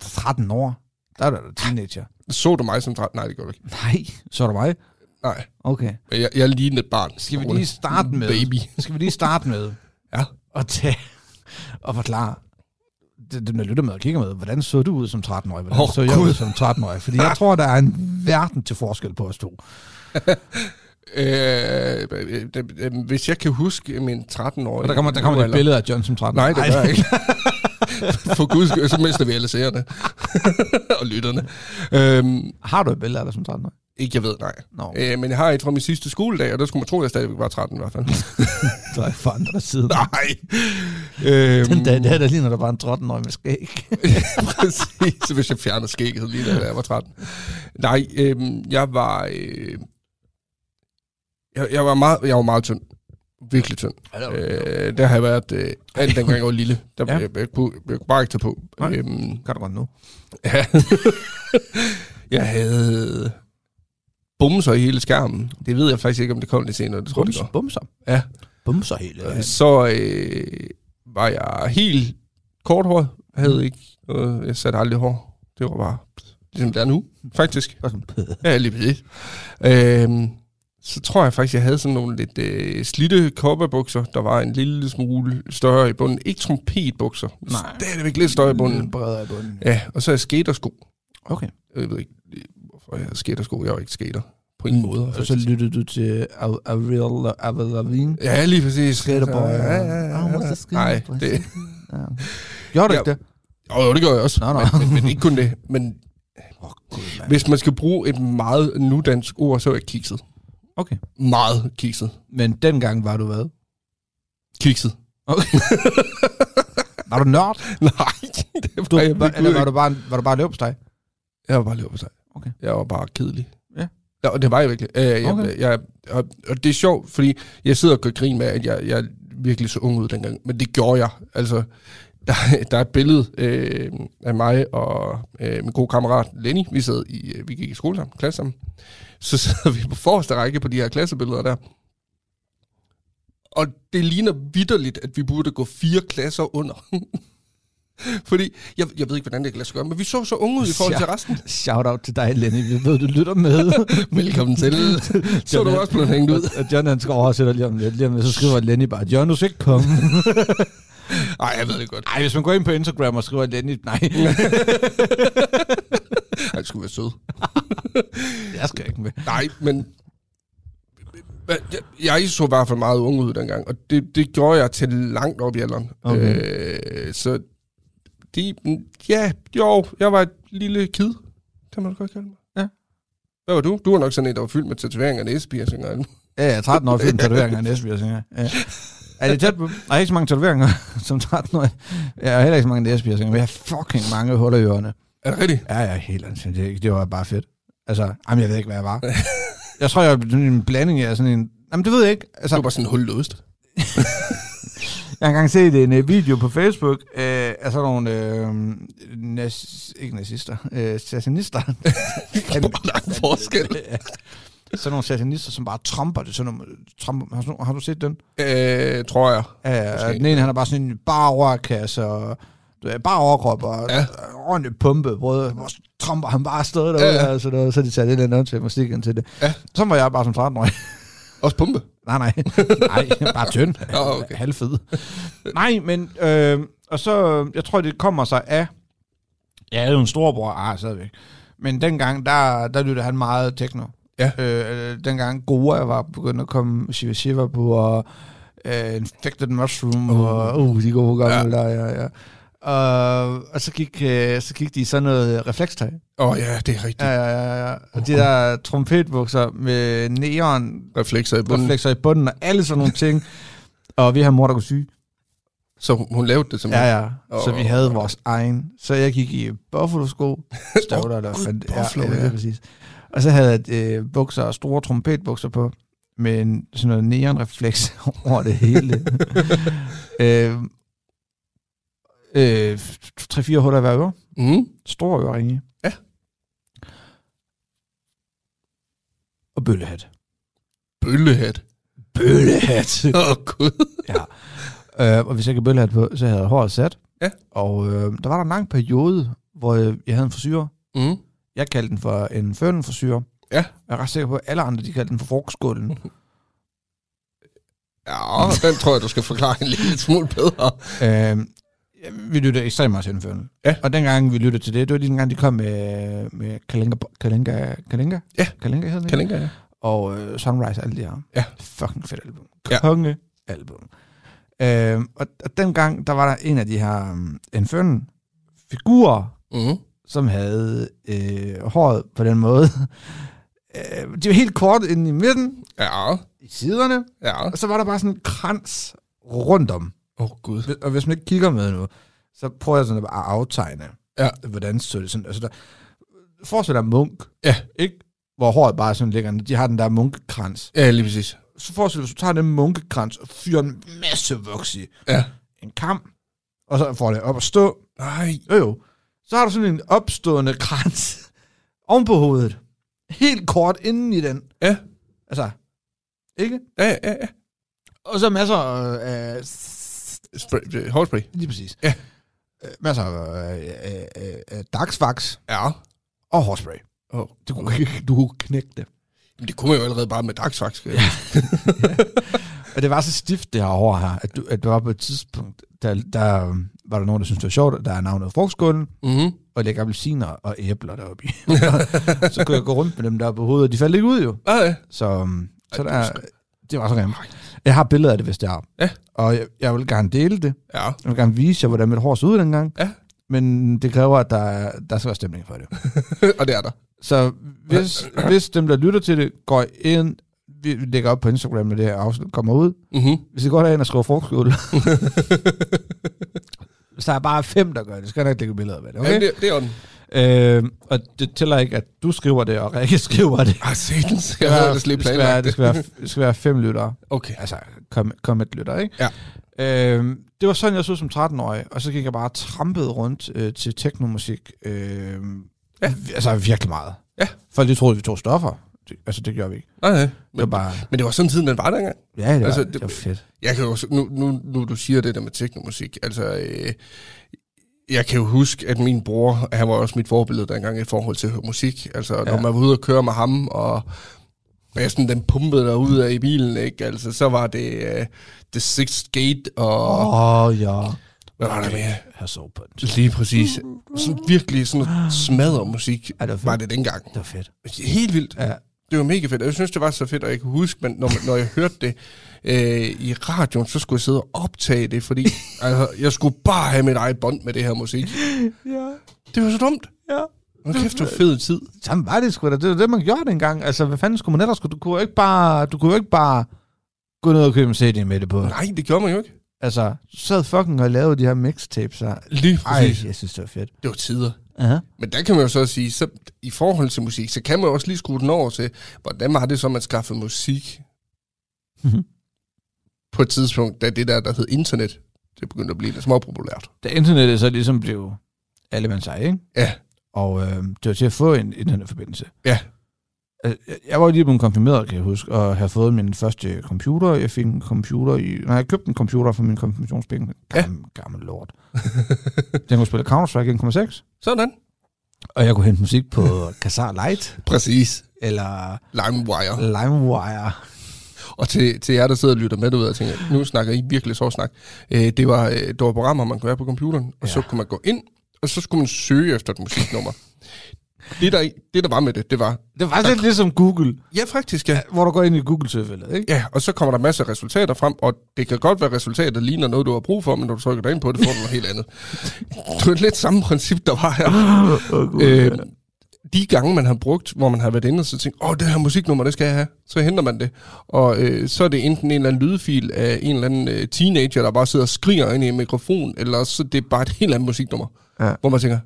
13 år? Der var du teenager. Så du mig som 13? Nej, det gjorde du ikke. Nej, så er du mig. Nej, Okay. men jeg, jeg lignede et barn. Skal vi lige starte med, Baby. skal vi lige starte med Ja. at tage og forklare det- dem, der lytter med og kigger med, hvordan så du ud som 13-årig? Hvordan Åh, så jeg ud Gud. som 13-årig? Fordi jeg tror, der er en verden til forskel på os to. Øh, øh, øh, øh, hvis jeg kan huske min 13-årige... Og der kommer, der kommer et eller- billede af John som 13-årig. Nej, det gør jeg ikke. For guds skyld, så mister vi alle seerne og lytterne. Øhm, Har du et billede af dig som 13-årig? ikke, jeg ved, nej. Nå, Øh, men jeg har et fra min sidste skoledag, og der skulle man tro, at jeg stadigvæk var 13 i hvert fald. der er ikke forandret siden. nej. Øhm, Den dag, det er da lige, når der var en 13-årig med skæg. præcis, hvis jeg fjerner skægget lige da jeg var 13. Nej, øhm, jeg var... Øh, jeg, jeg, var meget, jeg var meget tynd. Virkelig tynd. Øh, der har jeg været... Øh, alt dengang jeg var lille. Der, Ja. ja. jeg, jeg, kunne, jeg kunne bare ikke tage på. Nej. Øhm, Kan du godt nu? Ja. jeg havde bumser i hele skærmen. Det ved jeg faktisk ikke, om det kom lidt senere. Det tror jeg, det Bums, gjorde. bumser. Ja. Bumser hele. Øh, Så øh, var jeg helt korthåret. Jeg Mm. havde ikke noget. Jeg satte aldrig hår. Det var bare ligesom det er nu, faktisk. Bare sådan, Ja, lige præcis. Øhm, så tror jeg faktisk, jeg havde sådan nogle lidt øh, slitte kopperbukser, der var en lille smule større i bunden. Ikke trompetbukser. Nej. Stadigvæk lidt større i bunden. Bredere i bunden. Ja, og så er jeg skatersko. Okay. Jeg ved ikke, øh, hvorfor jeg er skatersko. Jeg er jo ikke skater. På ingen måde. Og så faktisk. lyttede du til A- Avril Avril Lavigne. Ja, lige præcis. Skaterboy. Ja, ja, ja, Ah, hun var så ja. skater Nej, på det... Ja. Gjorde du ikke det? Jo, jo, det gør jeg også. Nå, nå. Men, men, men ikke kun det. Men Åh, gud, mand. hvis man skal bruge et meget nudansk ord, så er jeg kikset. Okay. Meget kikset. Men dengang var du hvad? Kikset. Var du nørd? Nej, det var Du, jeg var, virkelig eller var ikke. du bare, var du bare løb dig? Jeg var bare løbet sig. Okay. Jeg var bare kedelig. Ja. Ja, og det var jeg virkelig. Øh, jeg, Okay. okay. jeg, og, og det er sjovt, fordi jeg sidder og gør grin med, at jeg, jeg virkelig så ung ud dengang. Men det gjorde jeg. Altså, der, der er et billede øh, af mig og øh, min gode kammerat Lenny. Vi, sad i, øh, vi gik i skole sammen, klasse sammen. Så sidder vi på forreste række på de her klassebilleder der. Og det ligner vidderligt, at vi burde gå fire klasser under. Fordi, jeg, jeg ved ikke, hvordan det kan lade sig gøre, men vi så så unge ud i forhold til resten. Shout out til dig, Lenny. Vi ved, du lytter med. Velkommen til. Så du John- også blevet hængt ud. Og John, han skal oversætte lige om lidt. Lige om lidt, så skriver Lenny bare, John, du skal ikke komme. Nej, jeg ved det godt. Nej, hvis man går ind på Instagram og skriver Lenny, nej, Ej, det skulle være sød. jeg skal ikke med. Nej, men... Jeg, jeg så i hvert fald meget ung ud dengang, og det, det gjorde jeg til langt op i alderen. Okay. Øh, så de, ja, jo, jeg var et lille kid, kan man godt kalde mig. Ja. Hvad var du? Du var nok sådan en, der var fyldt med tatoveringer og næsepiercinger. og alt muligt. Ja, jeg er 13 år fyldt tatoveringer i Næsby, jeg tænker. Ja. Er det tæt på? Jeg har ikke så mange tatoveringer som 13 år. Jeg har heller ikke så mange Næsby, jeg tænker, men jeg har fucking mange huller i ørerne. Er det rigtigt? Ja, ja, helt ansigt. Det, det var bare fedt. Altså, jamen, jeg ved ikke, hvad jeg var. Jeg tror, jeg er sådan en blanding af sådan en... Jamen, det ved jeg ikke. Altså, Du var sådan en hul løst. Jeg har engang set en øh, video på Facebook øh, af sådan nogle, øh, nas, ikke nazister, øh, satanister. Jamen, Hvor lang forskel. sådan nogle satanister, som bare tromper det. Sådan nogle, tromper, har, du- har du set den? Øh, tror jeg. Ja, Måske. øh, den ene, han er bare sådan en bare overkasse og du ved, bare overkrop og Ja. ja. ordentlig pumpe, brød, hvor tromper han bare afsted derude, Ja, ja, ja. ja. Og sådan noget, så de tager lidt andet til musikken til det. Ja. Så var jeg bare som 13 Også pumpe. Nej, nej. Nej, bare tynd. Nå, okay. Halvfed. Nej, men... Øh, og så... øh, Jeg tror, det kommer sig af... Jeg havde jo en storbror. Ah, stadigvæk. Men dengang, der, der lyttede han meget techno. Ja. Øh, dengang Goa var begyndt at komme Shiva Shiva på, og øh, Infected Mushroom, uh. og uh, de gode gamle ja. der, ja, ja. Og, og så, gik, øh, så gik de i sådan noget reflekstøj. Åh oh, ja, det er rigtigt. Ja, ja, ja, ja. Og de der trompetbukser med neon Reflekser i bunden. reflekser i bunden og alle sådan nogle ting. og vi har mor, der kunne syge. Så hun- hun lavede det simpelthen. Ja, ja. Så vi havde vores egen. Så jeg gik i buffalo-sko, støvler eller Gud, fandt, buffalo, ja, ja. ja. præcis. Og så havde jeg øh, bukser og store trompetbukser på, med en, sådan noget neonrefleks over det hele. øh, øh, 3-4 huller i hver øre. Mm. Store øreringe. Ja. Og bøllehat. Bøllehat. Bøllehat! Åh, oh, gud. Øh, og hvis jeg ikke havde bøllehat på, så havde jeg håret sat. Ja. Og øh, der var der en lang periode, hvor øh, jeg havde en forsyre. Mm. Jeg kaldte den for en fønenforsyre. Ja. Og jeg er ret sikker på, at alle andre, de kaldte den for frugtskålen. Ja, den tror jeg, du skal forklare en lille smule bedre. øh, vi lyttede ekstremt meget til en fønen. Ja. Og dengang vi lyttede til det, det var lige den gang, de kom med, med Kalinga, Kalinga, Kalinga? Ja. Kalinga hedder den, ikke? Kan ikke, ja. og øh, Sunrise, alle de her. Ja. Fucking fedt album. Ja. Konge album. Øh, og, og dengang, der var der en af de her um, Inferno figurer, Mm. som havde øh, håret på den måde. Øh, de var helt kort inde i midten, Ja, i siderne, ja. og så var der bare sådan en krans rundt om. Åh, oh, gud. Og hvis man ikke kigger med nu, så prøver jeg sådan at bare aftegne, Ja. hvordan så det sådan. Altså der, forestil dig munk, Ja. ikke? hvor håret bare sådan ligger. ned. De har den der munkekrans. Ja, lige præcis. så forestil dig, hvis du tager den munkekrans og fyrer en masse voks i Ja. en kam, og så får det op at stå, Nej. jo jo, så har du sådan en opstående krans oven på hovedet. Helt kort inden i den. Ja. Altså, ikke? Ja, ja, ja. Og så masser af... Øh, Spray, øh, hårspray. lige præcis. Ja. Øh, Masser af øh, øh, øh, dagsvaks Ja. og hårspray. Oh, Du kunne, du kunne knække det. Men det kunne man jo allerede bare med dagsvaks. Ja. Og det var så stift, det her hår her, at, du, at det var på et tidspunkt, der, der øhm, var der nogen, der syntes, det var sjovt, at der er navnet frugtskålen, Mm. og lægge appelsiner og æbler deroppe i. så kunne jeg gå rundt med dem der på hovedet, og de faldt ikke ud jo. Ja, ja. Så, øhm, så Ej, der, det er er- det var så grimt. Jeg har billeder af det, hvis det er. Ja. Og jeg, jeg, vil gerne dele det. Ja. Jeg vil gerne vise jer, hvordan mit hår så ud dengang. Ja. Men det kræver, at der, er- der skal være stemning for det. øh, og det er der. Så hvis, hvis dem, der lytter til det, går ind, vi vi lægger op på Instagram, når det her afsnit kommer ud. Mm-hmm. Hvis I går derind og skriver frugtskål, så er der bare fem, der gør det. Så skal jeg nok lægge billeder af det, Okay. Ja, okay? det, det er den. Øh, og det tæller ikke, at du skriver det, og Rikke skriver det. Ah, satans. Jeg havde ellers lige det, skal være, planlagt det, skal være, det skal være fem lyttere. Okay. Altså, kom, kom et lytter, ikke? Ja. Øh, det var sådan, jeg så ud som 13-årig, og så gik jeg bare trampet rundt øh, til teknomusik. Øh, ja. Altså, virkelig meget. Ja. Folk de troede, vi tog stoffer. Det, altså, det gjorde vi ikke. Nej, nej. Det var Men, bare... men det var sådan tiden, den var dengang. Ja, det var, altså, altså, det- det, det var fedt. Jeg kan jo også, nu, nu, nu du siger det der med teknomusik, altså, øh, jeg kan jo huske, at min bror, han var også mit forbillede dengang i forhold til at høre musik. Altså, ja. når man var ude og køre med ham, og og jeg sådan, den pumpede der ud af i bilen, ikke? Altså, så var det uh, The Sixth Gate, og oh. Åh, oh, ja. hvad var der mere? Her så på den. Lige præcis. Sådan virkelig sådan noget smadret musik Ja, Ah. det var fedt. var det dengang. Det var fedt. Helt vildt. Ja. Det var mega fedt. og Jeg synes, det var så fedt, og jeg kan huske, men når, når jeg hørte det øh, i radioen, så skulle jeg sidde og optage det, fordi altså, jeg skulle bare have mit eget bånd med det her musik. ja. Det var så dumt. Ja. Nå kæft, det var fed tid. Jamen var det sgu da. Det var det, man gjorde dengang. Altså, hvad fanden skulle man ellers? Du kunne jo ikke bare, du kunne jo ikke bare gå ned og købe en CD med det på. Nej, det gjorde man jo ikke. Altså, så sad fucking og lavede de her mixtapes her. Lige Ej, præcis. Ej. jeg synes, det var fedt. Det var tider. Ja. Men der kan man jo så sige, så i forhold til musik, så kan man jo også lige skrue den over til, hvordan var det så, man skaffede musik Mhm. på et tidspunkt, da det der, der hed internet, det begyndte at blive lidt småpopulært. Da internettet så ligesom blev alle man sig, ikke? Ja. Og øh, det var til at få en internetforbindelse. Ja. Altså, jeg- Jeg var jo lige blevet konfirmeret, kan jeg huske, og havde fået min første computer. Jeg fik en computer i... Nej, jeg købte en computer for min konfirmationspenge. Ja. Gammel, ja. gammel lort. Den kunne spille Counter-Strike 1.6. Sådan. Og jeg kunne hente musik på Kazaa Light, Præcis. eller LimeWire. LimeWire. Og til, til jer, der sidder og lytter med derude, og tænker, nu snakker I virkelig sovsnak. Øh, det, var, øh, det var programmer, man kunne have på computeren, og ja. så kunne man gå ind, og så skulle man søge efter et musiknummer. det, der, det, der var med det, det var... Det var lidt ligesom Google, Ja, faktisk, ja. hvor du går ind i Google-søgefeltet, ikke? Ja, og så kommer der masser af resultater frem, og det kan godt være, at resultatet ligner noget, du har brug for, men når du trykker dig ind på det, får du noget helt andet. Det var lidt samme princip, der var her. Øh, de gange, man har brugt, hvor man har været inde og så tænkt, åh, det her musiknummer, det skal jeg have, så henter man det. Og øh, så er det enten en eller anden lydfil af en eller anden øh, teenager, der bare sidder og skriger ind i en mikrofon, eller også så er det er bare et helt andet musiknummer, Ja. hvor man tænker, "Ej,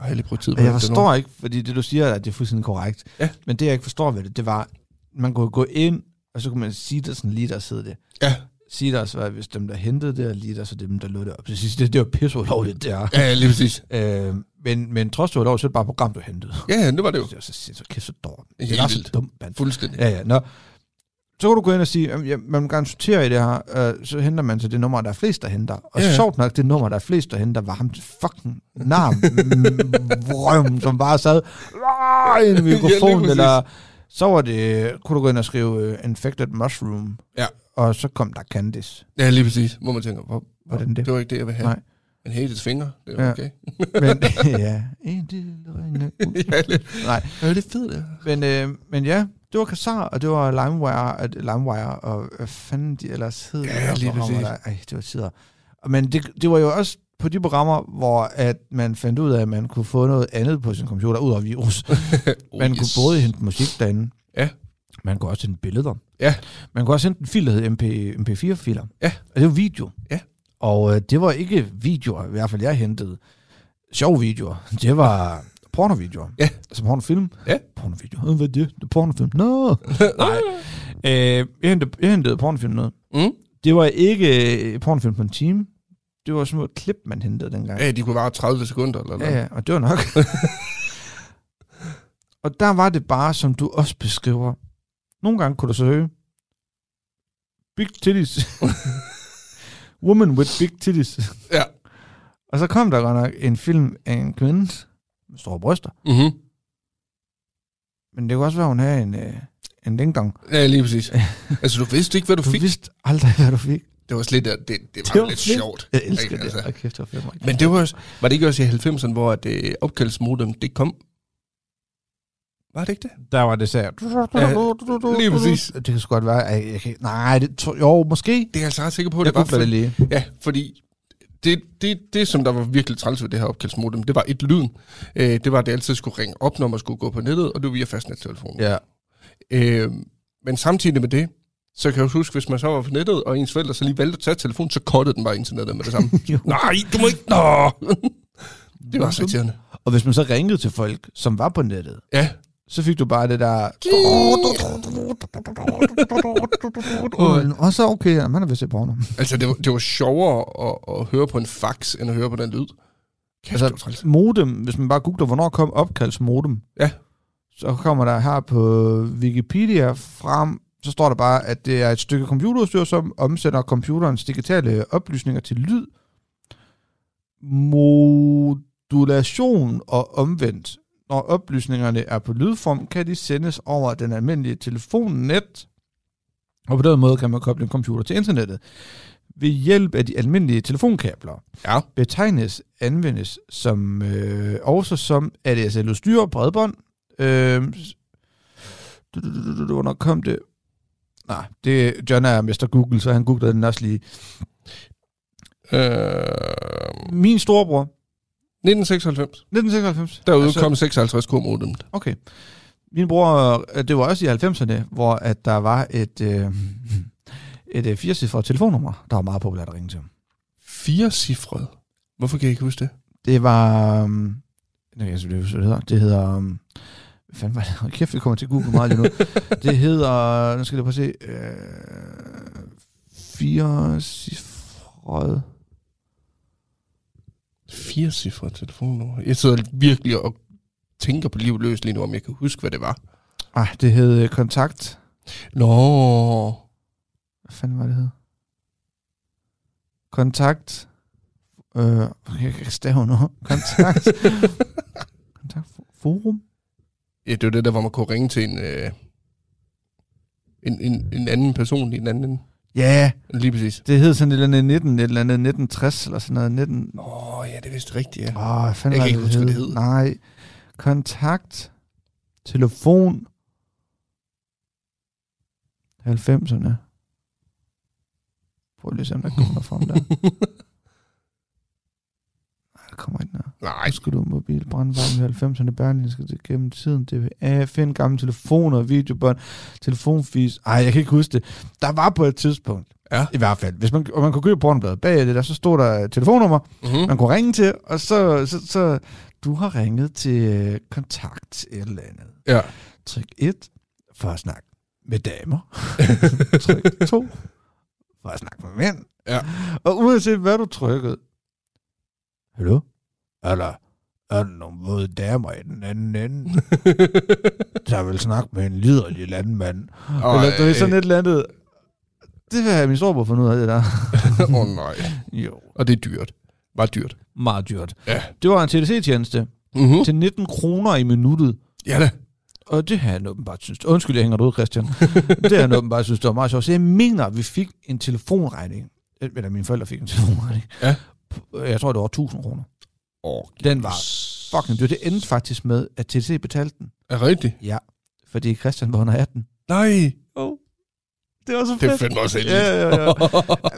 jeg har lige brugt tid på Og jeg det nummer." forstår ikke, fordi det du siger, at det er fuldstændig korrekt. Ja. Men det jeg ikke forstår ved det, det var, man kunne gå ind, og så kunne man sige der sådan lige der hed det. Ja. Sige der var, hvis dem der hentede det, og lige der så dem der lå det op. Så synes jeg, det, det var pisseulovligt, det er. Ja, ja, lige præcis. Øh, men, men trods det var lov, så er det bare et program, du hentede. Ja, ja, det var det jo. Det var så sindssygt kæft så dårligt. Helt Det er så vildt. dumt, mand. Fuldstændig. Ja, ja. Nå. Så kan du gå ind og sige, at ja, man vil gerne sortere i det her, øh, så henter man så det nummer, der er flest, der henter. Og Ja, ja, ja. ja. sjovt nok, det nummer, der er flest, der henter, var ham til fucking narm, vrøm, som bare sad "Aah!" i en Ja, lige mikrofon, præcis. ja, eller så var det, kunne du gå ind og skrive øh, infected mushroom, Ja. og så kom der Candice. Ja, lige præcis. Hvor man tænker, hvor, Hvordan det? det var ikke det, jeg ville have. Nej. Men hey, det finger, det er Ja. okay. Men ja, en lille ringe. Ja, det, Nej, ja, det er fedt, det her. Men, øh, men ja, det var Kassar, og det var LimeWire, og, LimeWire, og hvad fanden de ellers hed. Ja, lige præcis. Ej, det var tider. Og Men det, det var jo også på de programmer, hvor at man fandt ud af, at man kunne få noget andet på sin computer, ud af virus. Oh, Man kunne både hente musik derinde. Ja. Man kunne også hente billeder. Ja. Man kunne også hente en fil, der hed MP, MP4-filer. Ja. Og det var video. Ja. Og øh, det var ikke videoer, i hvert fald jeg hentede. Sjove videoer. Det var pornovideoer. Ja. Altså pornofilm. Ja. Pornovideo. Øh, Hvad er det? Det er pornofilm. Nå. Nej. Øh, jeg, hentede, jeg hentede pornofilm ned. Mm. Det var ikke øh, pornofilm på en time. Det var små klip, man hentede dengang. Ja, de kunne vare 30 sekunder eller noget. Ja, ja, og det var nok. og der var det bare, som du også beskriver. Nogle gange kunne du søge Big Titties. Woman with Big Titties. Ja. Og så kom der godt nok en film af en kvinde med store bryster. Mm-hmm. Men det kunne også være, hun havde en, øh, en dingdong. ja, lige præcis. altså, du vidste ikke, hvad du Du fik. vidste aldrig, hvad du fik. Det var slet det, det, det var, Det det var var lidt fedt. sjovt. Jeg elsker Ikke, det. altså. Hold kæft, det var fedt. Men det var, også, var det ikke også i 90'erne, hvor at, øh, opkaldsmodem, det kom? Var det ikke det? Der var det sær. Ja, lige præcis. Det kan sgu godt være. Ej, Jeg kan, nej, det tror, jo, måske. Det er jeg altså ret sikker på, at Jeg det var. googler det lige. for- Ja, fordi det, det, det, som der var virkelig træls ved det her opkaldsmodem, det var et lyden. Øh, det var, at det altid skulle ringe op, når man skulle gå på nettet, og det var via fastnettelefonen. Ja. Øh, men samtidig med det, så kan jeg også huske, hvis man så var på nettet, og ens forældre så lige valgte at tage telefonen, så kottede den bare internettet med det samme. Nej, du må ikke... Nå! det var så irriterende. Og hvis man så ringede til folk, som var på nettet, Ja. så fik du bare det der... Og så okay, ja, man er ved at se porno. Altså, det var, det var sjovere at, at høre på en fax, end at høre på den lyd. Kæft, altså, det var træls. Altså modem, hvis man bare googler, hvornår kom opkaldsmodem, Ja. så kommer der her på Wikipedia frem, så står der bare, at det er et stykke computerudstyr, som omsætter computerens digitale oplysninger til lyd. modulation og omvendt. Når oplysningerne er på lydform, kan de sendes over den almindelige telefonnet, og på den måde kan man koble en computer til internettet. Ved hjælp af de almindelige telefonkabler Ja. betegnes anvendes som øh, også som ADSL-udstyr og bredbånd. Øh, s- du, du, du, du, du, hvornår kom det? Nej, det, John er Mr. Google, så han googlede den også lige. Øh, Min storebror, 1996. 1996. Derude Altså- altså, kom 56K modemt. Okay. Min bror, øh, det var også i 90'erne, hvor at der var et, øh, et øh, firecifret telefonnummer, der var meget populært at ringe til. Fire cifret. Hvorfor kan jeg ikke huske det? Det var... Øh, jeg kan ikke huske, hvad det hedder. Det hedder... Øh, hvad fanden var det? Hold Kæft, vi kommer til Google meget lige nu. det hedder... Nu skal jeg lige prøve at se. Øh, firecifret... Fire cifre telefonnummer. Jeg sidder virkelig og tænker på liv løs lige nu, om jeg kan huske, hvad det var. Ah, det hed øh, Kontakt. Nå, Hvad fanden var det hed? Kontakt. Øh, jeg kan ikke stave nu. Kontakt. Kontakt forum. ja, det var det der, hvor man kunne ringe til en, øh, en, en, en anden person i en anden ende. Ja, Lige præcis. det hed sådan et eller andet 19, et eller andet 1960 eller sådan noget. 19... Nå, ja, det er vist rigtigt, ja. Åh, hvad fanden Jeg var kan ikke huske, hvad det hed? hed. Nej. Kontakt. Telefon. 90'erne. Prøv lige at se, om der kommer frem der. Nej, der kommer ikke noget. Nej, Nu skal du mobil, brandvarme i 90'erne, Berlinske til gennem tiden, DVA, find gamle telefoner, videobånd, telefonfis. Ej, jeg kan ikke huske det. Der var på et tidspunkt, Ja. i hvert fald, hvis man, og man kunne købe pornobladet bag det, der så stod der et telefonnummer, mm-hmm. man kunne ringe til, og så, så, så du har ringet til øh, kontakt et eller andet. Ja. Tryk 1 for at snakke med damer. Tryk 2 for at snakke med mænd. Ja. Og uanset hvad du trykkede, Hallo? Eller, er der nogle våde damer i den anden ende, der vil snakke med en liderlig landmand? Ej. Eller, du ved, sådan et eller andet. Det vil have min storebror fundet ud af, det der. Åh oh, nej, Jo. og det er dyrt. Var dyrt. Meget dyrt. Ja. Det var en TDC-tjeneste Mm-hmm. til 19 kroner i minuttet. Ja da. Og det har han åbenbart synes. Undskyld, jeg hænger dig ud, Christian. det har han åbenbart synes, det var meget sjovt. Så jeg mener, at vi fik en telefonregning. Eller mine forældre fik en telefonregning. Ja. Jeg tror, det var 1000 kroner. Oh, Den var fucking dyr. Det endte faktisk med, at TDC betalte den. Er rigtigt? Ja. Fordi Christian var under 18. Nej, Det var så det er fandme også heldigt. Ja, ja, ja.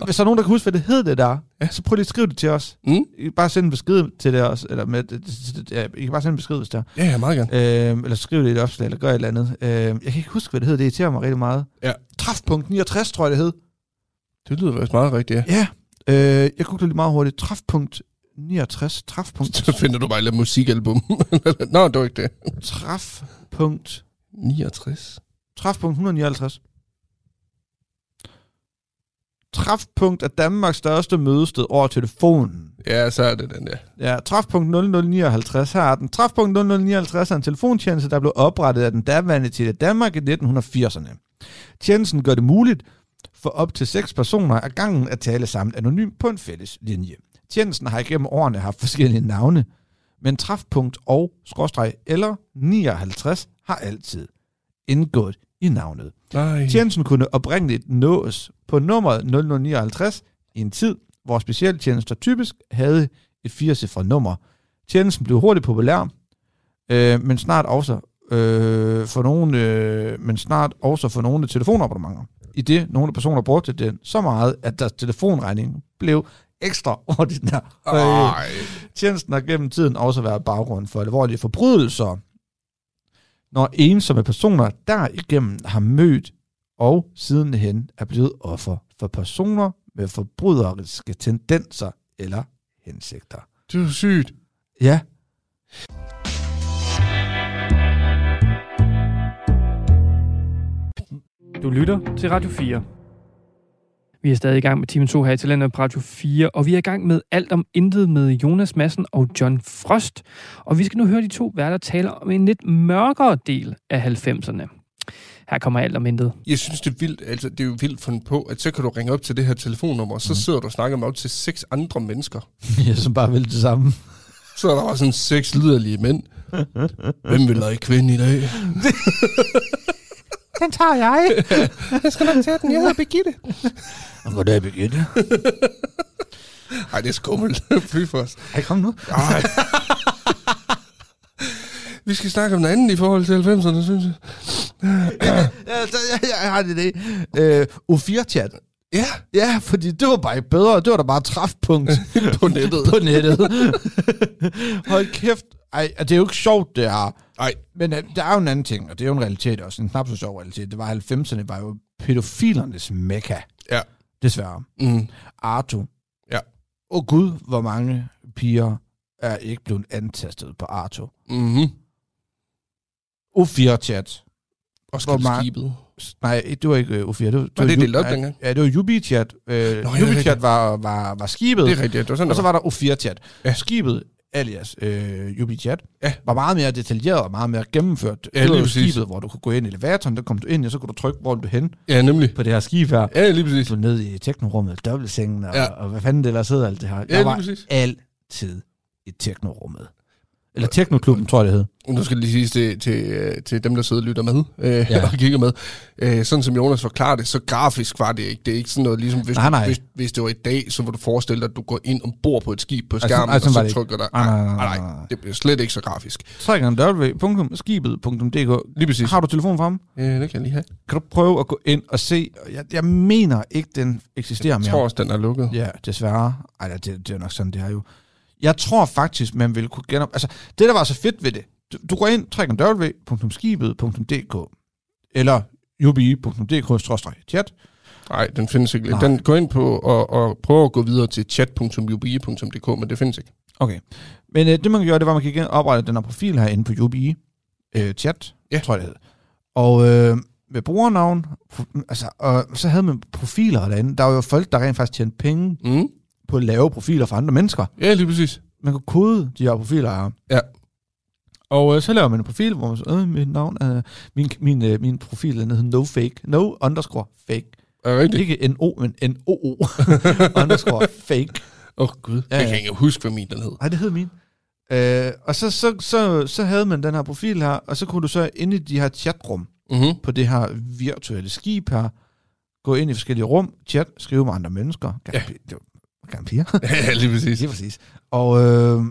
Hvis der er nogen, der kan huske, hvad det hed det der, ja. så prøv lige at skrive det til os. Mm. I kan bare sende en besked til det os, eller med, ja, I kan bare sende en besked, hvis der. Ja, ja, meget gerne. Øhm, eller skriv det i et opslag, eller gør et eller andet. Øhm, jeg kan ikke huske, hvad det hed, det irriterer mig rigtig meget. Ja. Træfpunkt 69, tror jeg, det hed. Det lyder faktisk meget rigtigt, ja. Ja. Øh, jeg googlede lige meget hurtigt. Træfpunkt 69, træfpunkt, Så finder du bare et eller andet musikalbum. Nå, det var ikke det. træfpunkt, 69. træfpunkt 159. Træfpunkt er Danmarks største mødested over telefonen. Ja, så er det den der. Ja, træfpunkt 0059 her er den. Træfpunkt 0059 er en telefontjeneste, der blev oprettet af den daværende til Danmark i 1980'erne. Tjenesten gør det muligt for op til seks personer ad gangen at tale sammen anonymt på en fælles linje. Tjenesten har igennem årene haft forskellige navne, men træfpunkt og skråstreg eller 59 har altid indgået i navnet. Nej. Tjenesten kunne oprindeligt nås på nummeret 0059 i en tid, hvor specialtjenester typisk havde et firecifret nummer. Tjenesten blev hurtigt populær, øh, men snart også øh, for nogle, øh, men snart også for nogle telefonabonnementer. I det nogle personer brugte den så meget, at deres telefonregning blev ekstraordinær. Øh, Ej. Tjenesten har gennem tiden også været baggrund for alvorlige forbrydelser, når ensomme personer derigennem har mødt og sidenhen er blevet offer for personer med forbryderiske tendenser eller hensigter. Det er jo sygt. Ja. Du lytter til Radio 4. Vi er stadig i gang med time 2 her i Talenter på Radio 4, og vi er i gang med Alt om Intet med Jonas Madsen og John Frost. Og vi skal nu høre de to værter tale om en lidt mørkere del af 90'erne. Her kommer alt om intet. Jeg synes, det er vildt, altså, det er jo vildt fundet på, at så kan du ringe op til det her telefonnummer, og så Mhm. sidder du og snakker med op til seks andre mennesker. ja, som bare vil det samme. Så er der bare sådan seks liderlige mænd. Hvem vil lege kvinde i dag? Den tager jeg. Jeg skal nok tage den, jeg hedder Birgitte. Og hvor er jeg begyndt? Ej, det er skummelt. Fy for os. Ej, kom nu. Ej. Vi skal snakke om noget andet i forhold til 90'erne, synes jeg. Ja, så, jeg, jeg har en idé. Øh, U4-chat. Ja, Ja, fordi det var bare ikke bedre. Det var da bare træfpunkt på nettet. på nettet. Hold kæft. Ej, og det er jo ikke sjovt, det her. Ej. Men øh, der er jo en anden ting, og det er jo en realitet også. En knap så sjov realitet. Det var 90'erne, var jo pædofilernes mekka. Ja. Desværre. Mm. Arto. Ja. Åh gud, hvor mange piger er ikke blevet antastet på Arto. Mm-hmm. U4-chat. Og Hvor meget- skibet. Nej, det var ikke øh, U4. Det var, det det Ju- delt op nej, dengang? Ja, det var Ubi-chat. Øh, Nå, ja, det er Ubi-chat var, var, var skibet. Det er rigtigt, det var sådan, Og så det var der U4-chat. Ja. Ja. Skibet, alias øh, Ubi-chat, Ja. var meget mere detaljeret og meget mere gennemført. Ja, det var lige jo præcis. skibet, hvor du kunne gå ind i elevatoren, der kom du ind, og så kunne du trykke, hvor vil du hen var. Ja, nemlig. på det her skib her. Ja, lige præcis. Du var ned i teknorummet, dobbeltsengen, og, Ja. ja. og hvad fanden det ellers hedder alt det her. Ja, der lige var præcis. altid i teknorummet. Eller teknoklubben, tror jeg, det hed. Nu skal det lige siges til, til, øh, til dem, der sidder og lytter med øh, ja. Ja. og kigger med. Øh, sådan som Jonas forklarer det, så grafisk var det ikke. Det er ikke sådan noget, ligesom hvis, Nej, nej. hvis, hvis det var i dag, så ville du forestille dig, at du går ind ombord på et skib på Altså, skærmen, altså, var og det så ikke. trykker dig. Nej, nej, nej, nej, nej, nej. nej. Det er slet ikke så grafisk. www.skibet.dk Lige præcis. Har du telefonen frem? Øh, det kan jeg lige have. Kan du prøve at gå ind og se? Jeg, jeg mener ikke, den eksisterer Jeg mere. tror også, den er lukket. Ja, desværre. Ej, det, det er jo nok sådan, det er jo. Jeg tror faktisk, man ville kunne genop... Altså, det der var så fedt ved det, du, du går ind, www.skibet.dk eller ubi.dk-chat. Nej, den findes ikke. Nej. Den går ind på og, og prøver at gå videre til chat.ubie.dk, men det findes ikke. Okay. Men øh, det, man gjorde, det var, at man gik ind og oprettede den her profil herinde på ubi øh, chat, Ja. ja. tror jeg, det hed. Og øh, med brugernavn, pro- altså, og så havde man profiler derinde. Der var jo folk, der rent faktisk tjente penge Mm. på at lave profiler for andre mennesker. Ja, lige præcis. man kan kode de her profiler her. Ja. Og øh, så laver man en profil, hvor man så, øh, mit navn er, min, min, øh, min profil den hedder no fake, no underscore fake. Er det rigtigt? Ikke en O, men en OO underscore fake. Åh, oh, gud. Ja, ja. Ja, Jeg ja. kan ikke huske, hvad min den hed. Nej, det hed min. Øh, og så, så, så, så havde man den her profil her, og så kunne du så ind i de her chatrum Mm-hmm. på det her virtuelle skib her, gå ind i forskellige rum, chat, skrive med andre mennesker. Gerne, ja. det var, gerne piger. ja, lige præcis. Lige præcis. Og øh,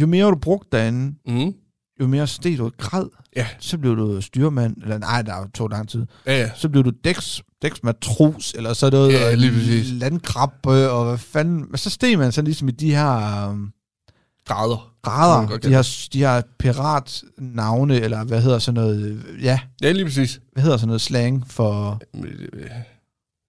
jo mere du brugte derinde, Mm. jo mere steg du i grad, Ja. så blev du styrmand, eller nej, der tog lang tid, Ja, ja. så blev du dæks, dæksmatros, eller så noget, Ja, og lige præcis. landkrabbe, og hvad fanden, men så steg man sådan ligesom i de her øhm, Grader. Det kan man grader, godt de her, de her piratnavne, eller hvad hedder sådan noget, øh, ja, Ja, lige præcis. hvad hedder sådan noget slang for, Men, øh,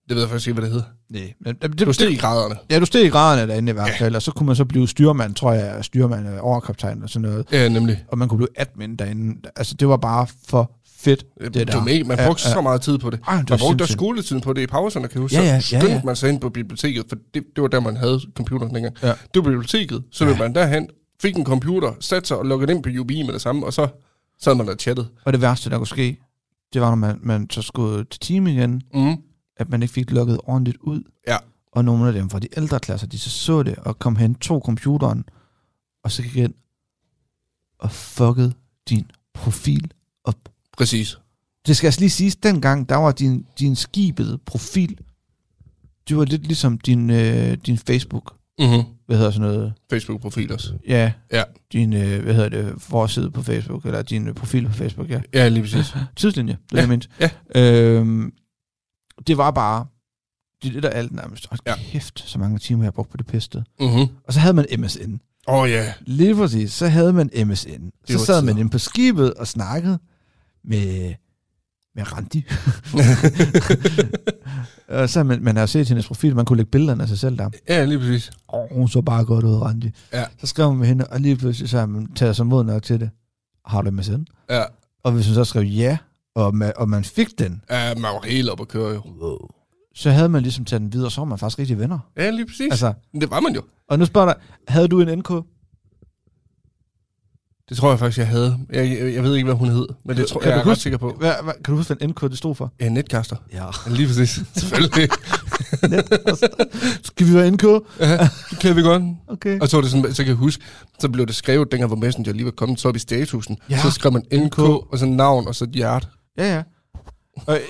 Det ved jeg faktisk ikke, hvad det hedder. nej, Øh, men det, Det var det, steg i graderne. ja, du steg i graderne derinde i hvert fald, og så kunne man så blive styrmand, tror jeg, styrmand, eller overkaptajn, og sådan noget, Ja, nemlig. og man kunne blive admin derinde, altså det var bare for fedt, det, Det, der. var mega. Man Ja, brugte ja. så meget tid på det. Ej, men det Man var brugte også sindssygt. skoletiden på det i pauserne, kan jeg huske. Ja, ja, ja, så skyndte ja. man sig ind på biblioteket, for det, det var der, man havde computeren dengang. Ja. Det var biblioteket, så løb man derhen, fik en computer, satte sig og lukkede ind på UBI med det samme, og så sad man der og chattede. Og det værste, der kunne ske, det var, når man, man så skulle til time igen, Mm. at man ikke fik lukket ordentligt ud. Ja. Og nogle af dem fra de ældre klasser, de så så det, og kom hen, tog computeren, og så gik ind og fuckede din profil op. Præcis. Det skal altså lige siges, dengang, der var din, din skibede profil, det var lidt ligesom din, øh, din Facebook, Mm-hmm. hvad hedder sådan noget, Facebook-profil også. ja, Ja. din, øh, hvad hedder det, forside på Facebook, eller din øh, profil på Facebook, ja. Ja, lige præcis. tidslinje, det er ja. mindst. ja. Øhm, det var bare, det er det der alt nærmest. Hold Ja. ja. kæft, så mange timer jeg brugte på det piste. Mhm. Og så havde man MSN. Åh oh, ja, Lige præcis, så havde man MSN. var Så tider. sad man inde på skibet og snakkede med, med Randi. og så man, man har jo set hendes profil, man kunne lægge billederne af sig selv der. ja lige præcis. Åh, hun så bare godt ud, Randi. Ja. Så skrev man med hende, og lige pludselig så har man taget sig mod nok til det. Har du MSN? Ja, Og hvis hun så skrev ja, og man, og man fik den, ja man var helt oppe at køre jo. så havde man ligesom taget den videre, og så var man faktisk rigtig venner. Ja, lige præcis. Altså, Altså, det var man jo. og nu spørger jeg dig, havde du en NK? Det tror jeg faktisk, jeg havde. Jeg, jeg, jeg ved ikke, hvad hun hed, men det tror Kan jeg, du jeg er ret huske- sikker på. Hvad, hvad, kan du huske, hvad NK det stod for? Ja, netcaster. Ja. Lige præcis. Selvfølgelig. Skal vi være NK? Ja, det kan vi godt. Okay. Og så, var det sådan, så kan jeg huske, så blev det skrevet, dengang hvor Messenger lige var kommet, så op i statusen. Ja. Ja. Så skrev man NK, og så navn, og så et hjerte. Ja, ja. Og,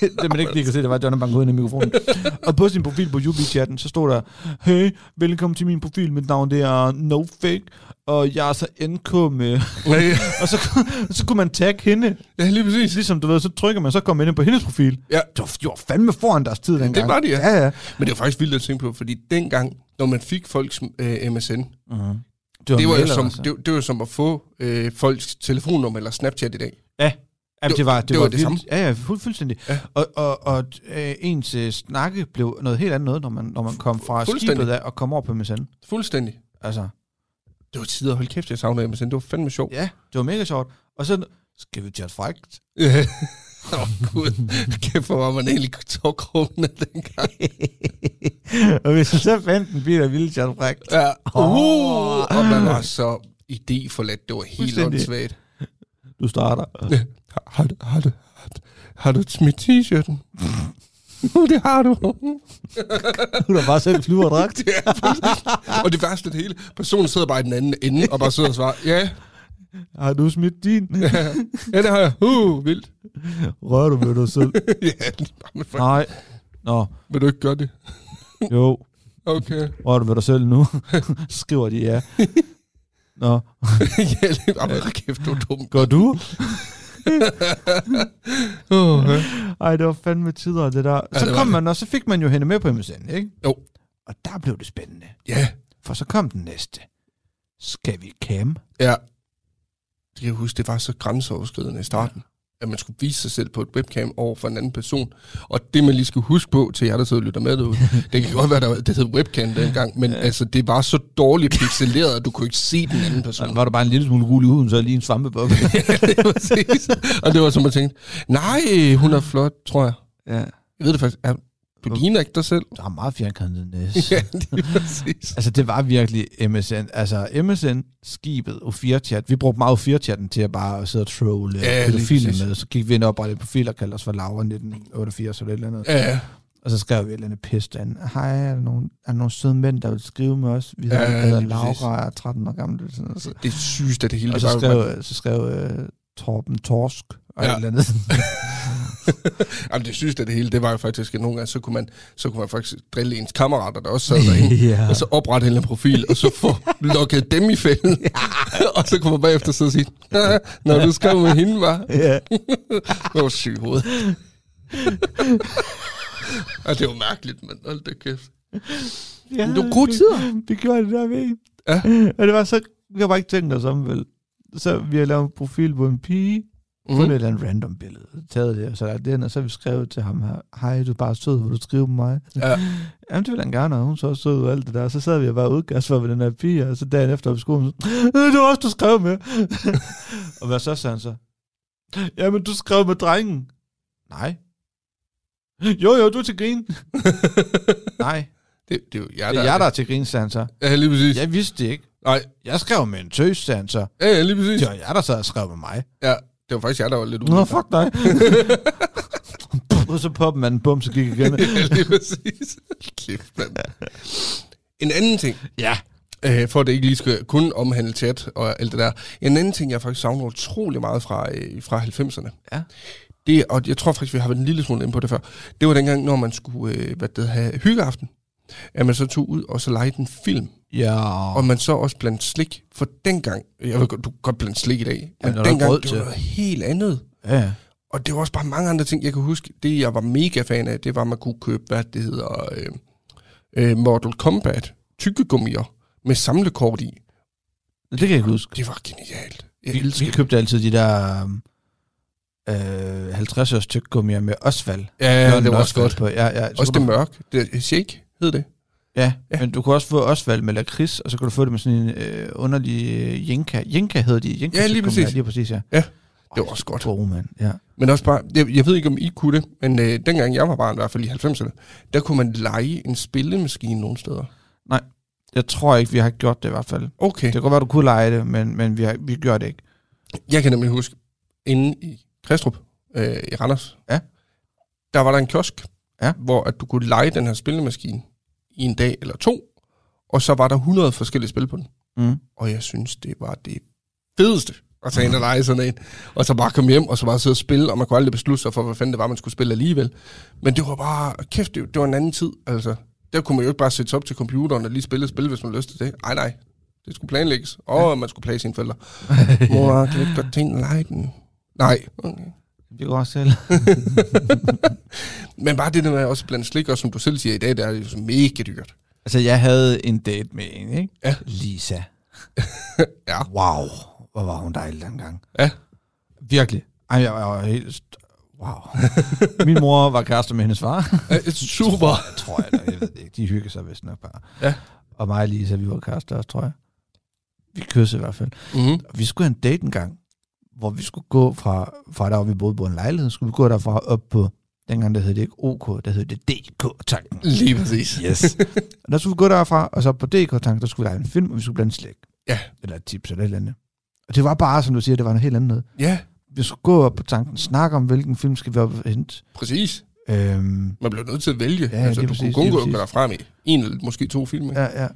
det, man ikke lige kan se, det var, at Jonathan bankede ind i mikrofonen. og på sin profil på Yubi-chatten, så stod der, Hey, velkommen til min profil. Mit navn det er NoFake, og jeg er så NK med... og så, så kunne man tagge hende. Ja, lige præcis. Ligesom du ved, så trykker man, så kommer man ind på hendes profil. Ja. Det var, de var fandme foran deres tid dengang. var de, ja. ja. ja, ja. Men det var faktisk vildt at tænke på, fordi dengang, når man fik folks øh, MSN, Mm-hmm. det var, jo mail, som, altså. det, var- det var som at få øh, folks telefonnummer eller Snapchat i dag. Ja, Jamen, Det- det, var, det, det var, var det vildt. Ja, ja, fu- fuldstændig. Ja. Og, og, og øh, ens øh, snakke blev noget helt andet noget, når man, når man kom fra Fuldstændig. skibet af og kom over på MSN. Fuldstændig. Altså, Det var tider, hold kæft, jeg savnede MSN. Det var fandme sjovt. ja, det var mega sjovt. Og så, skal vi chat frækt? Ja. Åh, oh, gud. Kæft, hvor var man egentlig tårkrummende dengang. og hvis jeg så fandt en bil, der ville chat frækt, Ja. Åh. Uh, og man var så idéforladt. Det var helt Fuldstændig. åndssvagt. du starter. Har, har, du- har, du- har, du- har du smidt t-shirten? Uh, det har du. Du der bare selv flyver og dragt. Det er fuldstændig- og det værste af det hele, personen sidder bare i den anden ende og bare sidder og svarer, ja, Har du smidt din? ja det har jeg. Uh, vildt. Rører du med dig selv? ja, det er bare, men for, Nej. Nå, vil du ikke gøre det? jo. Okay. Rører du ved dig selv nu? Skriver de ja. Nå, ja, det er bare, kæft, du er dum. går du? Uh, ja. Ej, det var fandme tider, det der. Så det var kom det. man, og så fik man jo hende med på MSN, ikke? Jo. Og der blev det spændende. ja. For så kom den næste. Skal vi cam? Ja. Det kan jeg huske, det var så grænseoverskridende i starten, at man skulle vise sig selv på et webcam over for en anden person. Og det, man lige skulle huske på til jer, der sidder og lytter med derude, det kan godt være, der, det hed webcam dengang, men altså, det var så dårligt pixeleret, at du kunne ikke se den anden person. Så var der bare en lille smule gul i huden, så lige en svampebog. det var præcis. Og det var som at tænke, nej, hun er flot, tror jeg. ja, Jeg ved det faktisk. Ja, du ligner ikke dig selv. der har meget firkantet næse. Ja, det er præcis. Altså, det var virkelig MSN. Altså, MSN, skibet, O4-chat. Vi brugte meget O4-chatten til at bare sidde og trolle Ja, ja, lige pædofile præcis. med. Så gik vi ind og oprettede profiler og kaldte os for Laura 1988 eller et eller andet. Ja, ja. Og så skrev vi et eller andet pist an. Hej, er der nogle, er der nogle søde mænd, der vil skrive med os? Vi Ja, hedder, ja, hedder lige præcis. Laura, er 13 år gammel. Eller sådan noget. Så, det er sygt, at det hele og det så var jo bare- skrev, så skrev uh, Torben Torsk og ja. Ja. et eller andet. Jamen, det sygeste af det hele, det var jo faktisk, at nogle gange, så kunne man, så kunne man faktisk drille ens kammerater, der også sad derinde, Ja. og så oprette en eller anden profil, og så få lukket dem i fælden. og så kunne man bagefter sidde og sige, "Ah, når du skrev med hende, var ja. det var syg hoved. og det var mærkeligt, men hold da kæft. ja, det var gode tider. Vi gjorde det der ved. Ja. Og det var så, vi har bare ikke tænkt os om, vel. Så vi har lavet en profil på en pige, Mhm. fundet et eller andet random billede, taget det, og så lagt det ind, og så har vi skrevet til ham her, hej, du er bare sød, vil du skrive med mig? Ja. Jamen, det ville han gerne, og hun så også sød og alt det der, og så sad vi og bare udgas for med den her pige, og så dagen efter på skolen, så, "Øh, det var også, du skrev med. og hvad så, sagde han så? Jamen, du skrev med drengen. Nej. Jo, jo, du er til grin. Nej, Det, det er jo jer, det der er jeg, der er til grin, sagde han så. Ja, lige præcis. Jeg vidste det ikke. Nej, Jeg skrev med en tøs, sagde han så. ja, ja, lige præcis. Det var jeg, der sad og skrev med mig. Ja, det var faktisk jeg, der var lidt ude. Nå, fuck dig. og så popper man en bum, så gik igen. ja, lige præcis. Kæft, mand. En anden ting, ja. øh, for at det ikke lige skal kun omhandle chat og alt det der. En anden ting, jeg faktisk savner utrolig meget fra, øh, fra 90'erne. Ja. Det, og jeg tror faktisk, vi har været en lille smule inde på det før. Det var dengang, når man skulle øh, hvad det, have hyggeaften, at man så tog ud og så legede en film. Ja. Og man så også blandt slik, for dengang, jeg ved godt, du kan godt blandt slik i dag, Ja, men når der er dengang, brød det til. var noget helt andet. ja. Og det var også bare mange andre ting, jeg kan huske. Det, jeg var mega fan af, det var, at man kunne købe, hvad det hedder, øh, øh, Mortal Kombat tykkegummier med samlekort i. Det kan jeg ikke huske. Det var genialt. Jeg Vi, elsker vi købte altid de der øh, 50-års tykkegummier med Osvald. det. Ja, Bjørnen det var også Osvald godt. På. Ja, ja. Så Også kunne det du, mørke. Det, shake hed det. ja. Ja. men du kunne også få Osvald med lakrids, og så kunne du få det med sådan en øh, underlig øh, jenka. Jenka hedder de. Jenka Ja, lige tykkegummier. præcis. Lige præcis, ja. Det var også godt. Gode, mand. Ja. Men også bare, jeg, jeg ved ikke, om I kunne det, men øh, dengang jeg var barn, i hvert fald i 90'erne, der kunne man lege en spillemaskine nogle steder. Jeg tror ikke, vi har gjort det i hvert fald. Okay. Det kan godt være, du kunne lege det, men, men vi, har, vi gør det ikke. Jeg kan nemlig huske, inde i Kristrup øh, i Randers, Ja. der var der en kiosk, Ja. hvor at du kunne lege den her spillemaskine i en dag eller to, og så var der 100 forskellige spil på den. Mm. Og jeg synes, det var det fedeste at tage ind og lege sådan en. Og så bare komme hjem, og så bare sidde og spille, og man kunne aldrig beslutte sig for, hvad fanden det var, man skulle spille alligevel. Men det var bare, kæft, det, det var en anden tid, altså. Der kunne man jo ikke bare sætte sig op til computeren og lige spille et spil, hvis man lyst til det. Nej, nej. Det skulle planlægges, og man skulle plage sine forældre. Mor, kan du ikke godt tænke lege den? Nej. Okay. Det går også selv. Men bare det der med også blandt slik, og som du selv siger i dag, det er jo så mega dyrt. Altså, jeg havde en date med en, ikke? Ja. Lisa. Ja. Wow, hvor var hun dejlig dengang. Ja. Virkelig. Ej, jeg var jeg var helt... st- Wow. Min mor var kærester med hendes far. Øh, Super. tror jeg, eller jeg ved det ikke. De hyggede sig vist nok bare. Ja. Og mig og Lisa, vi var kærester også, tror jeg. Vi kyssede i hvert fald. Mm-hmm. Og vi skulle have en date en gang, hvor vi skulle gå fra, fra der, hvor vi boede på en lejlighed, skulle vi gå derfra op på, dengang der hed det ikke OK, der hed det DK-tanken. Lige præcis. Yes. og der skulle vi gå derfra, og så på DK-tanken, der skulle vi lege en film, og vi skulle blande slik. Ja. Eller et tips eller et eller andet. Og det var bare, som du siger, det var noget helt andet noget. Ja, Vi skulle gå op på tanken, snakke om, hvilken film skal vi op og hente. præcis. Øhm, Man blev nødt til at vælge. Ja, altså, lige du præcis, kunne lige kun præcis. gå derfra med en eller måske to film. Ikke? Ja, ja.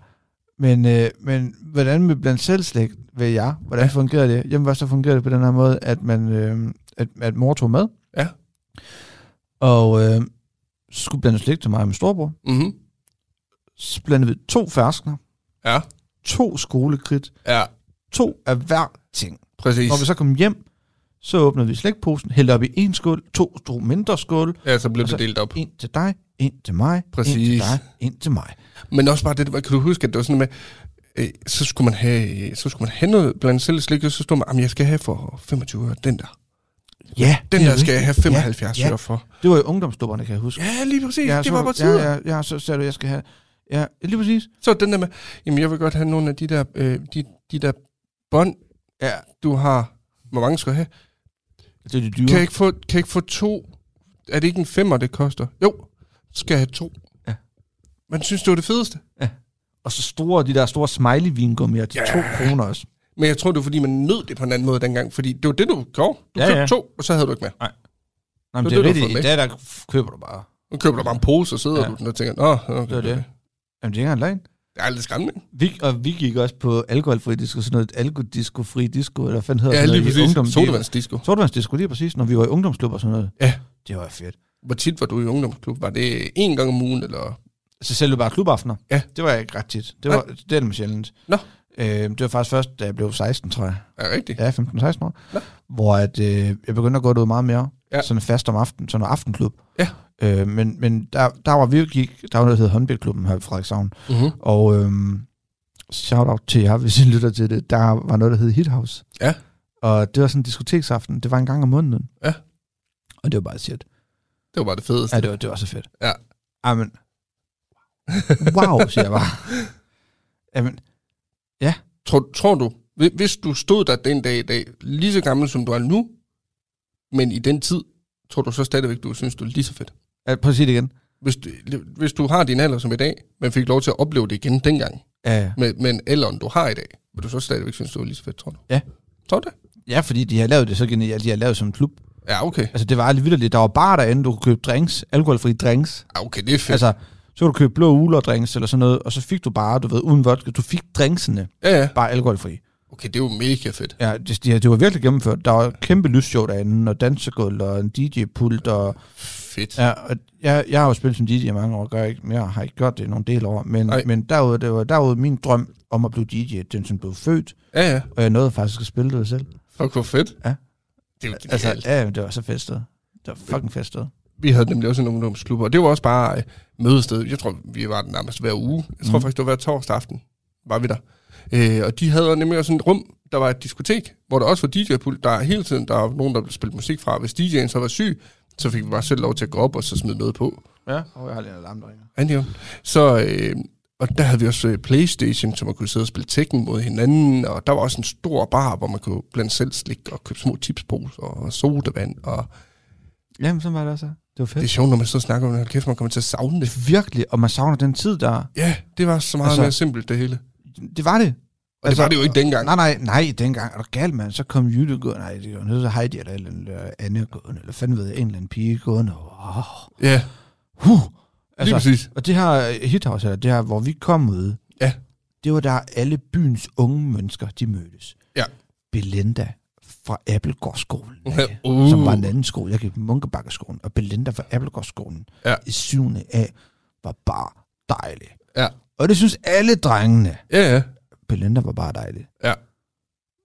Men, øh, men hvordan med blandt selv slægt ved jer? Hvordan ja. fungerer det? Jamen, hvad så fungerer det på den her måde, at, man, øh, at, at mor tog med? Ja. Og øh, så skulle blande slægt til mig og min storbror. Mm-hmm. Så blandede vi to ferskner, Ja, to skolekridt, ja, to af hver ting. præcis. Når vi så kom hjem, så åbnede vi slægtposen, hældte op i en skål, to store mindre skål, Ja, så blev Og det så- delt op. en til dig, en til mig, en til Præcis. dig, en til mig. Men også bare det, der- kan du huske, at det var sådan med, øh, så skulle man have, øh, så skulle man have noget blandt selv slik, og så stod man, "Jamen, jeg skal have for 25 øre den der. Ja, Den det er der skal jeg have rigtigt. 75 ja, øre ja. for. Det var jo ungdomsdupperne, kan jeg huske. Ja, lige præcis. ja, Ja, det så, var på tide. Ja, ja, ja, så sagde du, jeg skal have... Ja, lige præcis. Så den der med, jamen jeg vil godt have nogle af de der, øh, de, de der bånd, ja. du har. Hvor mange skal jeg have? Det er det Altså, dyre. Kan jeg, ikke få, kan jeg ikke få to? Er det ikke en femmer, det koster? Jo, så skal jeg have to. Ja. Man synes, det var det fedeste. Og så store, de der store smiley-vingummier til ja. to kroner også. Men jeg tror, det var, fordi man nød det på en anden måde dengang. Fordi det var det, du gjorde. Du Ja, ja, købte ja. ja. to, og så havde du ikke mere. Nej, men Det det, er det er det, du rigtigt. får I dag, der køber du bare. Nu køber du bare en pose, og sidder Ja. ja. du den og tænker, Nå, okay, Det er det. Jamen, det er ikke engang løgn. Det er aldrig skræmmende. Vi, og vi gik også på alkoholfri disco, sådan noget alkoholdisco-fri disco, eller hvad fanden hedder Ja, sådan lige noget i ungdom. præcis. Sodavandsdisco. Sodavandsdisco, lige præcis, når vi var i ungdomsklub og sådan noget. Ja. Det var fedt. Hvor tit var du i ungdomsklub? Var det en gang om ugen, eller... Så selve Altså, bare klubaftener. Ja. Det var ikke ret tit. Det var, det er dem sjældent. Nå. Øh, det var faktisk først, da jeg blev 16, tror jeg. Er det rigtigt? Ja, 15-16 år. Nå. Hvor at, øh, jeg begyndte at gå ud meget mere. Ja. Ja. Sådan fast om aftenen, sådan noget aftenklub. Ja. Øh, men men der, der var virkelig, der var noget, der hed håndboldklubben her i Frederikshavn. Mm-hmm. Og øh, shout-out til jer, hvis I lytter til det. Der var noget, der hed Hit House. Ja. Og det var sådan en diskoteksaften. Det var en gang om måneden. Ja. Og det var bare shit. Det var bare det fedeste. Ja, det var, det var så fedt. Ja. Amen. Wow, siger jeg bare. Jamen, Tror, tror du, hvi- hvis du stod der den dag i dag, lige så gammel som du er nu, men i den tid, tror du så stadigvæk, du synes, du er lige så fedt? øh, prøv at sige det igen. Hvis du, hvis du har din alder som i dag, men fik lov til at opleve det igen dengang, Ja. med, med en alderen, du har i dag, vil du så stadigvæk synes, du er lige så fedt, tror du? Ja. Tror du det? ja, fordi de har lavet det så genialt. De har lavet som en klub. Ja, okay. Altså, det var aldrig vildt. Der var bar derinde, du kunne købe drinks, alkoholfri drinks. Ja, okay, det er fedt. Altså, Altså, så kunne du købe blå uler drinks eller sådan noget, og så fik du bare, du ved, uden vodka, du fik drinksene, ja, ja. bare alkoholfri. Okay, det er jo mega fedt. Ja, det, det, det var virkelig gennemført. Der var et kæmpe lysshow derinde, og dansegulv, og en DJ-pult, og... Fedt. Ja. Ja, og jeg, jeg har jo spillet som DJ i mange år, gør jeg ikke, men jeg har ikke gjort det i nogle del år, men, Nej. men derude, det var derude min drøm om at blive DJ, den som blev født, ja, ja. og jeg nåede faktisk at spille det selv. Fuck, hvor fedt. Ja. Det er jo genialt. Altså, ja, men det var så festet. Det var fucking festet. vi havde nemlig også en ungdomsklub, og det var også bare øh, mødested. Jeg tror, vi var der nærmest hver uge. Jeg tror Mm. mm. faktisk, det var hver torsdag aften, var vi der. Øh, og de havde nemlig også sådan et rum, der var et diskotek, hvor der også var DJ-pult, der hele tiden, der var nogen, der spillede musik fra. Hvis DJ'en så var syg, så fik vi bare selv lov til at gå op og så smide noget på. Ja, og jeg har lige en alarm, der ringer. Andion. Så, øh, og der havde vi også øh, Playstation, så man kunne sidde og spille Tekken mod hinanden, og der var også en stor bar, hvor man kunne blande selv slik og købe små tipsposer og sodavand, og Jamen, sådan var det også. Det var fedt. Det er sjovt, når man så snakker om det. Hold kæft, man kommer til at savne det. Virkelig, og man savner den tid, der... Ja, det var så meget altså, Altså- mere simpelt, det hele. Det var det. Og altså, det var det jo ikke dengang. Nej, nej, nej, dengang. Er du gal, mand? Så kom Jytte gående. Nej, det var nødt til Heidi eller, eller, eller Anne gående. Eller fanden ved jeg, en eller anden pige gående. Oh, Ja, huh. lige Altså, præcis. og det her hithouse, eller det her, hvor vi kom ud, Ja. det var der alle byens unge mennesker, de mødtes. Ja. Belinda fra Appelgårdsskolen, Ja, af, uh. som var en anden skole. Jeg gik på Munkebakkeskolen, og Belinda fra Appelgårdsskolen Ja. i 7. A var bare dejlig. Ja. Og det synes alle drengene. Ja, ja. Belinda var bare dejlig. Ja.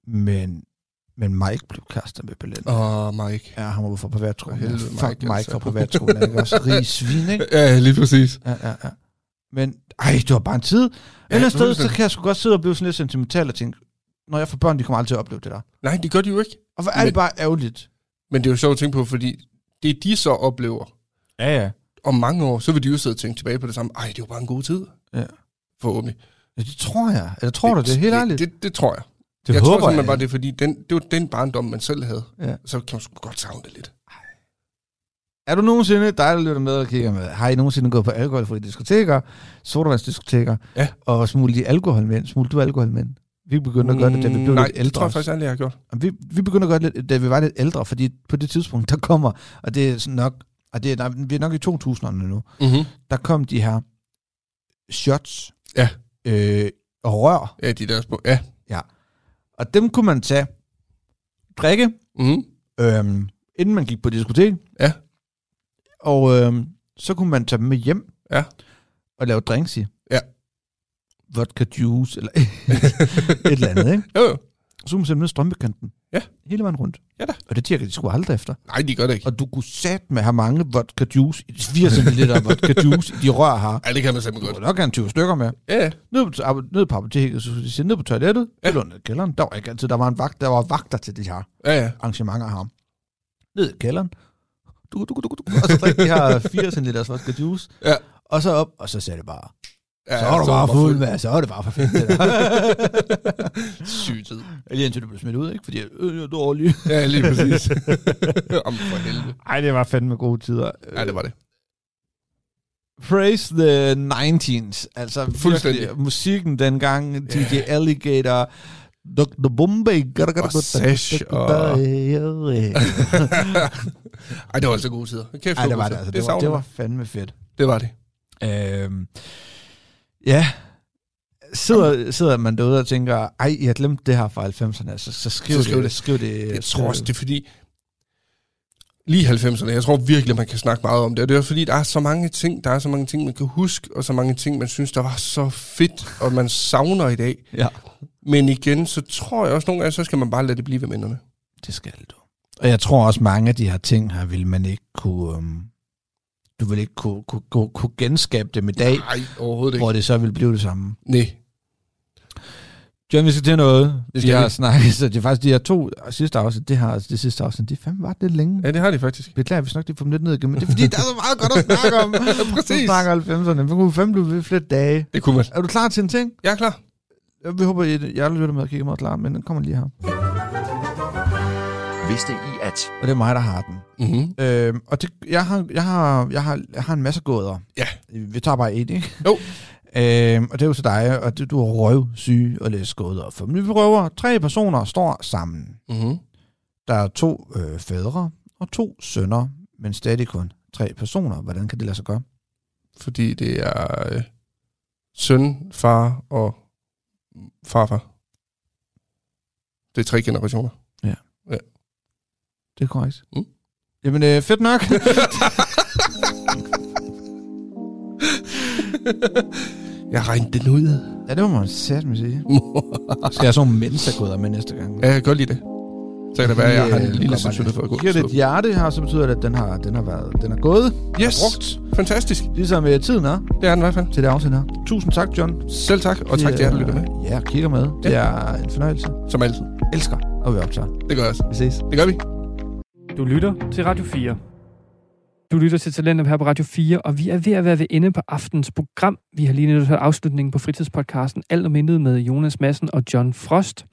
Men, men Mike blev kastet med Belinda. Oh. Åh, Mike. Ja, han var fra privatskolen. For helvede, Fuck Mike, Mike altså. fra privatskolen. Han var også rig svin, ikke? Ja, lige præcis. Ja, ja, ja. Men, ej, det var bare en tid. Ja, Ellers nu er sted, det så sådan. kan jeg sgu godt sidde og blive sådan lidt sentimental og tænke, når jeg får børn, de kommer aldrig til at opleve det der. Nej, det gør de jo ikke. Og hvor er det Men- bare ærgerligt. Men det er jo sjovt at tænke på, fordi det de så oplever Ja, ja. om mange år, så vil de jo sidde og tænke tilbage på det samme. Ej, det var bare en god tid. Ja. Forhåbentlig. ja det tror jeg. Eller tror du det? Helt ærligt. Det, det, det tror jeg. det jeg tror simpelthen jeg. bare, det er fordi, den, det var den barndom, man selv havde. Ja. Så kan man sgu godt savne det lidt. Er du nogensinde, dig der lytter med og kigger med, har I nogensinde gået på alkoholfri diskoteker, sodavandsdiskoteker, Ja. og smuglet de alkoholmænd? Smuglet du alkoholmænd? Vi begyndte at gøre det, da vi blev Mm, Nej, lidt det ældre. tror jeg faktisk aldrig, jeg har gjort. Og Vi, vi begyndte at gøre det, lidt, da vi var lidt ældre, fordi på det tidspunkt, der kommer, og det er sådan nok, og det er, nej, vi er nok i 2000'erne nu, Mm-hmm. der kom de her shots Ja. øh, og rør, Ja, de der spå. Ja. og dem kunne man tage, drikke, Mm-hmm. øhm, inden man gik på diskotek. Ja. Og øhm, så kunne man tage dem med hjem. Ja. Og lave drinks i. Ja. Vodka juice, eller et eller andet, ikke? Jo, jo. Så kunne man sætte dem ned i strømpekanten. Ja. Hele vejen rundt. Ja da. Og det tjekker de sgu aldrig efter. Nej, de gør det ikke. Og du kunne sat med have mange vodka juice, 80 ml vodka juice, i de rør her. Ej, det kan man simpelthen Du godt. kunne nok have en 20 stykker med. Ja, ja. Ned på, ap- ned på apoteket, så skulle de sige, ned på toilettet, ja. Ja. eller ned i kælderen. Der var ikke altid, der var, en vagt, der var vagter til de her ja, ja. arrangementer her. Ned i kælderen. Du, du, du, du, du, og så drikke de her 4 cm vodka juice. Ja. Og så op, og så sagde det bare. ja Så var du er bare det fuld, mand. Så var det bare perfekt. det der. Syg tid. Lige indtil du blev smidt ud, ikke? Fordi øh, jeg er dårlig. Ja, lige præcis. Om for helvede. Ej, det var fandme gode tider. Ja, det var det. Praise the 19s. Altså, Fuldstændig. virkelig, musikken dengang, DJ Alligator, Dr. Bombay, Og Sash og- Ej, det var altså gode tider. Kæft, Ej, det gode var det, tider. altså. Det, Det var, det savner var man. fandme fedt. det var det. Øhm, ja. Sidder, sidder man derude og tænker, ej, jeg glemte det her fra 90'erne, så, så skriv, Så skriv det, det. Skriv det. Jeg tror også, det er fordi... Lige 90'erne, jeg tror virkelig, man kan snakke meget om det. Og det er også fordi, der er så mange ting, der er så mange ting, man kan huske, og så mange ting, man synes, der var så fedt, og man savner i dag. Ja, Men igen, så tror jeg også nogle gange, så skal man bare lade det blive ved minderne. det skal du. Og jeg tror også, mange af de her ting her, vil man ikke kunne... Øhm, du vil ikke kunne, kunne, kunne, kunne genskabe dem i dag, Nej, overhovedet ikke. hvor det så vil blive det samme. Nej. John, vi skal til noget. Det vi skal har vi. snakket, så det er faktisk de her to sidste afsnit, det her, altså det sidste afsnit, det er fandme var det længe. Ja, det har de faktisk. Beklager, hvis nok det får dem lidt ned igen, men det er fordi, der er så meget godt at snakke om. Præcis. Du snakker 90'erne, vi kunne fandme blive ved flere dage. Det kunne man. Er du klar til en ting? Jeg er klar. Vi håber, at jeg lytter med og kigger meget klar, men den kommer lige her. Vidste I at... Og det er mig, der har den. Mm-hmm. Øhm, og det, jeg, har, jeg, har, jeg, har, jeg har en masse gåder. Ja. Vi tager bare et, ikke? Jo. Øhm, og det er jo så dig, og det, du er røvsyg og læse gåder. For men vi prøver, tre personer står sammen. Mm-hmm. Der er to øh, fædre og to sønner, men stadig kun tre personer. Hvordan kan det lade sig gøre? Fordi det er øh, søn, far og farfar. Det er tre generationer. Det er korrekt. Mm. Jamen, øh, fedt nok. Jeg regnede den ud. ja, det må man sætte sige. Skal jeg have sådan nogle mensakoder med næste gang? Ja, jeg kan godt lide det. Så kan det være, at jeg har en lille sandsynlighed for at gå. Giver det et hjerte her, så betyder det, at den har, den har, været, den har gået. Yes, fantastisk. Ligesom øh, tiden er Det er den i hvert fald. til det afsnit her. Tusind tak, John. Selv tak, og tak til jer, der lytter med. Ja, kigger med. Det er en fornøjelse. Som altid. Elsker at være optaget. Det gør jeg også. Vi ses. Det gør vi. Du lytter til Radio 4. Du lytter til Talentet her på Radio 4, og vi er ved at være ved ende på aftens program. Vi har lige netop hørt afslutningen på fritidspodcasten Alt om intet med Jonas Madsen og John Frost.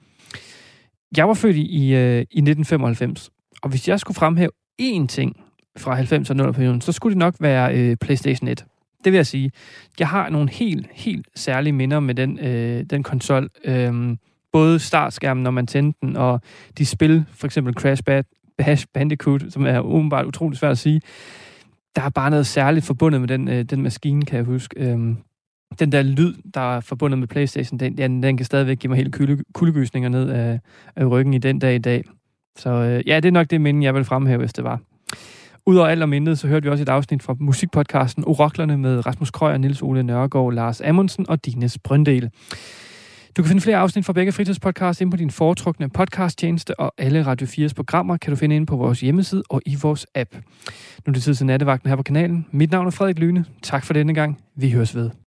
Jeg var født i, i, øh, i 1995, og hvis jeg skulle fremhæve én ting fra 90'erne og perioden, så skulle det nok være øh, PlayStation 1. Det vil jeg sige. Jeg har nogle helt, helt særlige minder med den, øh, den konsol. Øh, både startskærmen, når man tændte den, og de spil, for eksempel Crash Bad, Bash Bandicoot, som er åbenbart utroligt svært at sige, der er bare noget særligt forbundet med den, øh, den maskine, kan jeg huske. Øhm, den der lyd, der er forbundet med Playstation, den, den, den kan stadigvæk give mig helt kulde, kuldegysninger ned af, af ryggen i den dag i dag. Så øh, ja, det er nok det minde, jeg vil fremhæve, hvis det var. Udover alt om intet, så hørte vi også et afsnit fra musikpodcasten Oraklerne med Rasmus Krøyer, Nils Ole Nørgaard, Lars Amundsen og Dines Brøndel. Du kan finde flere afsnit fra begge fritidspodcast inde på din foretrukne podcasttjeneste, og alle Radio 4's programmer kan du finde inde på vores hjemmeside og i vores app. Nu er det tid til nattevagten her på kanalen. Mit navn er Frederik Lyne. Tak for denne gang. Vi høres ved.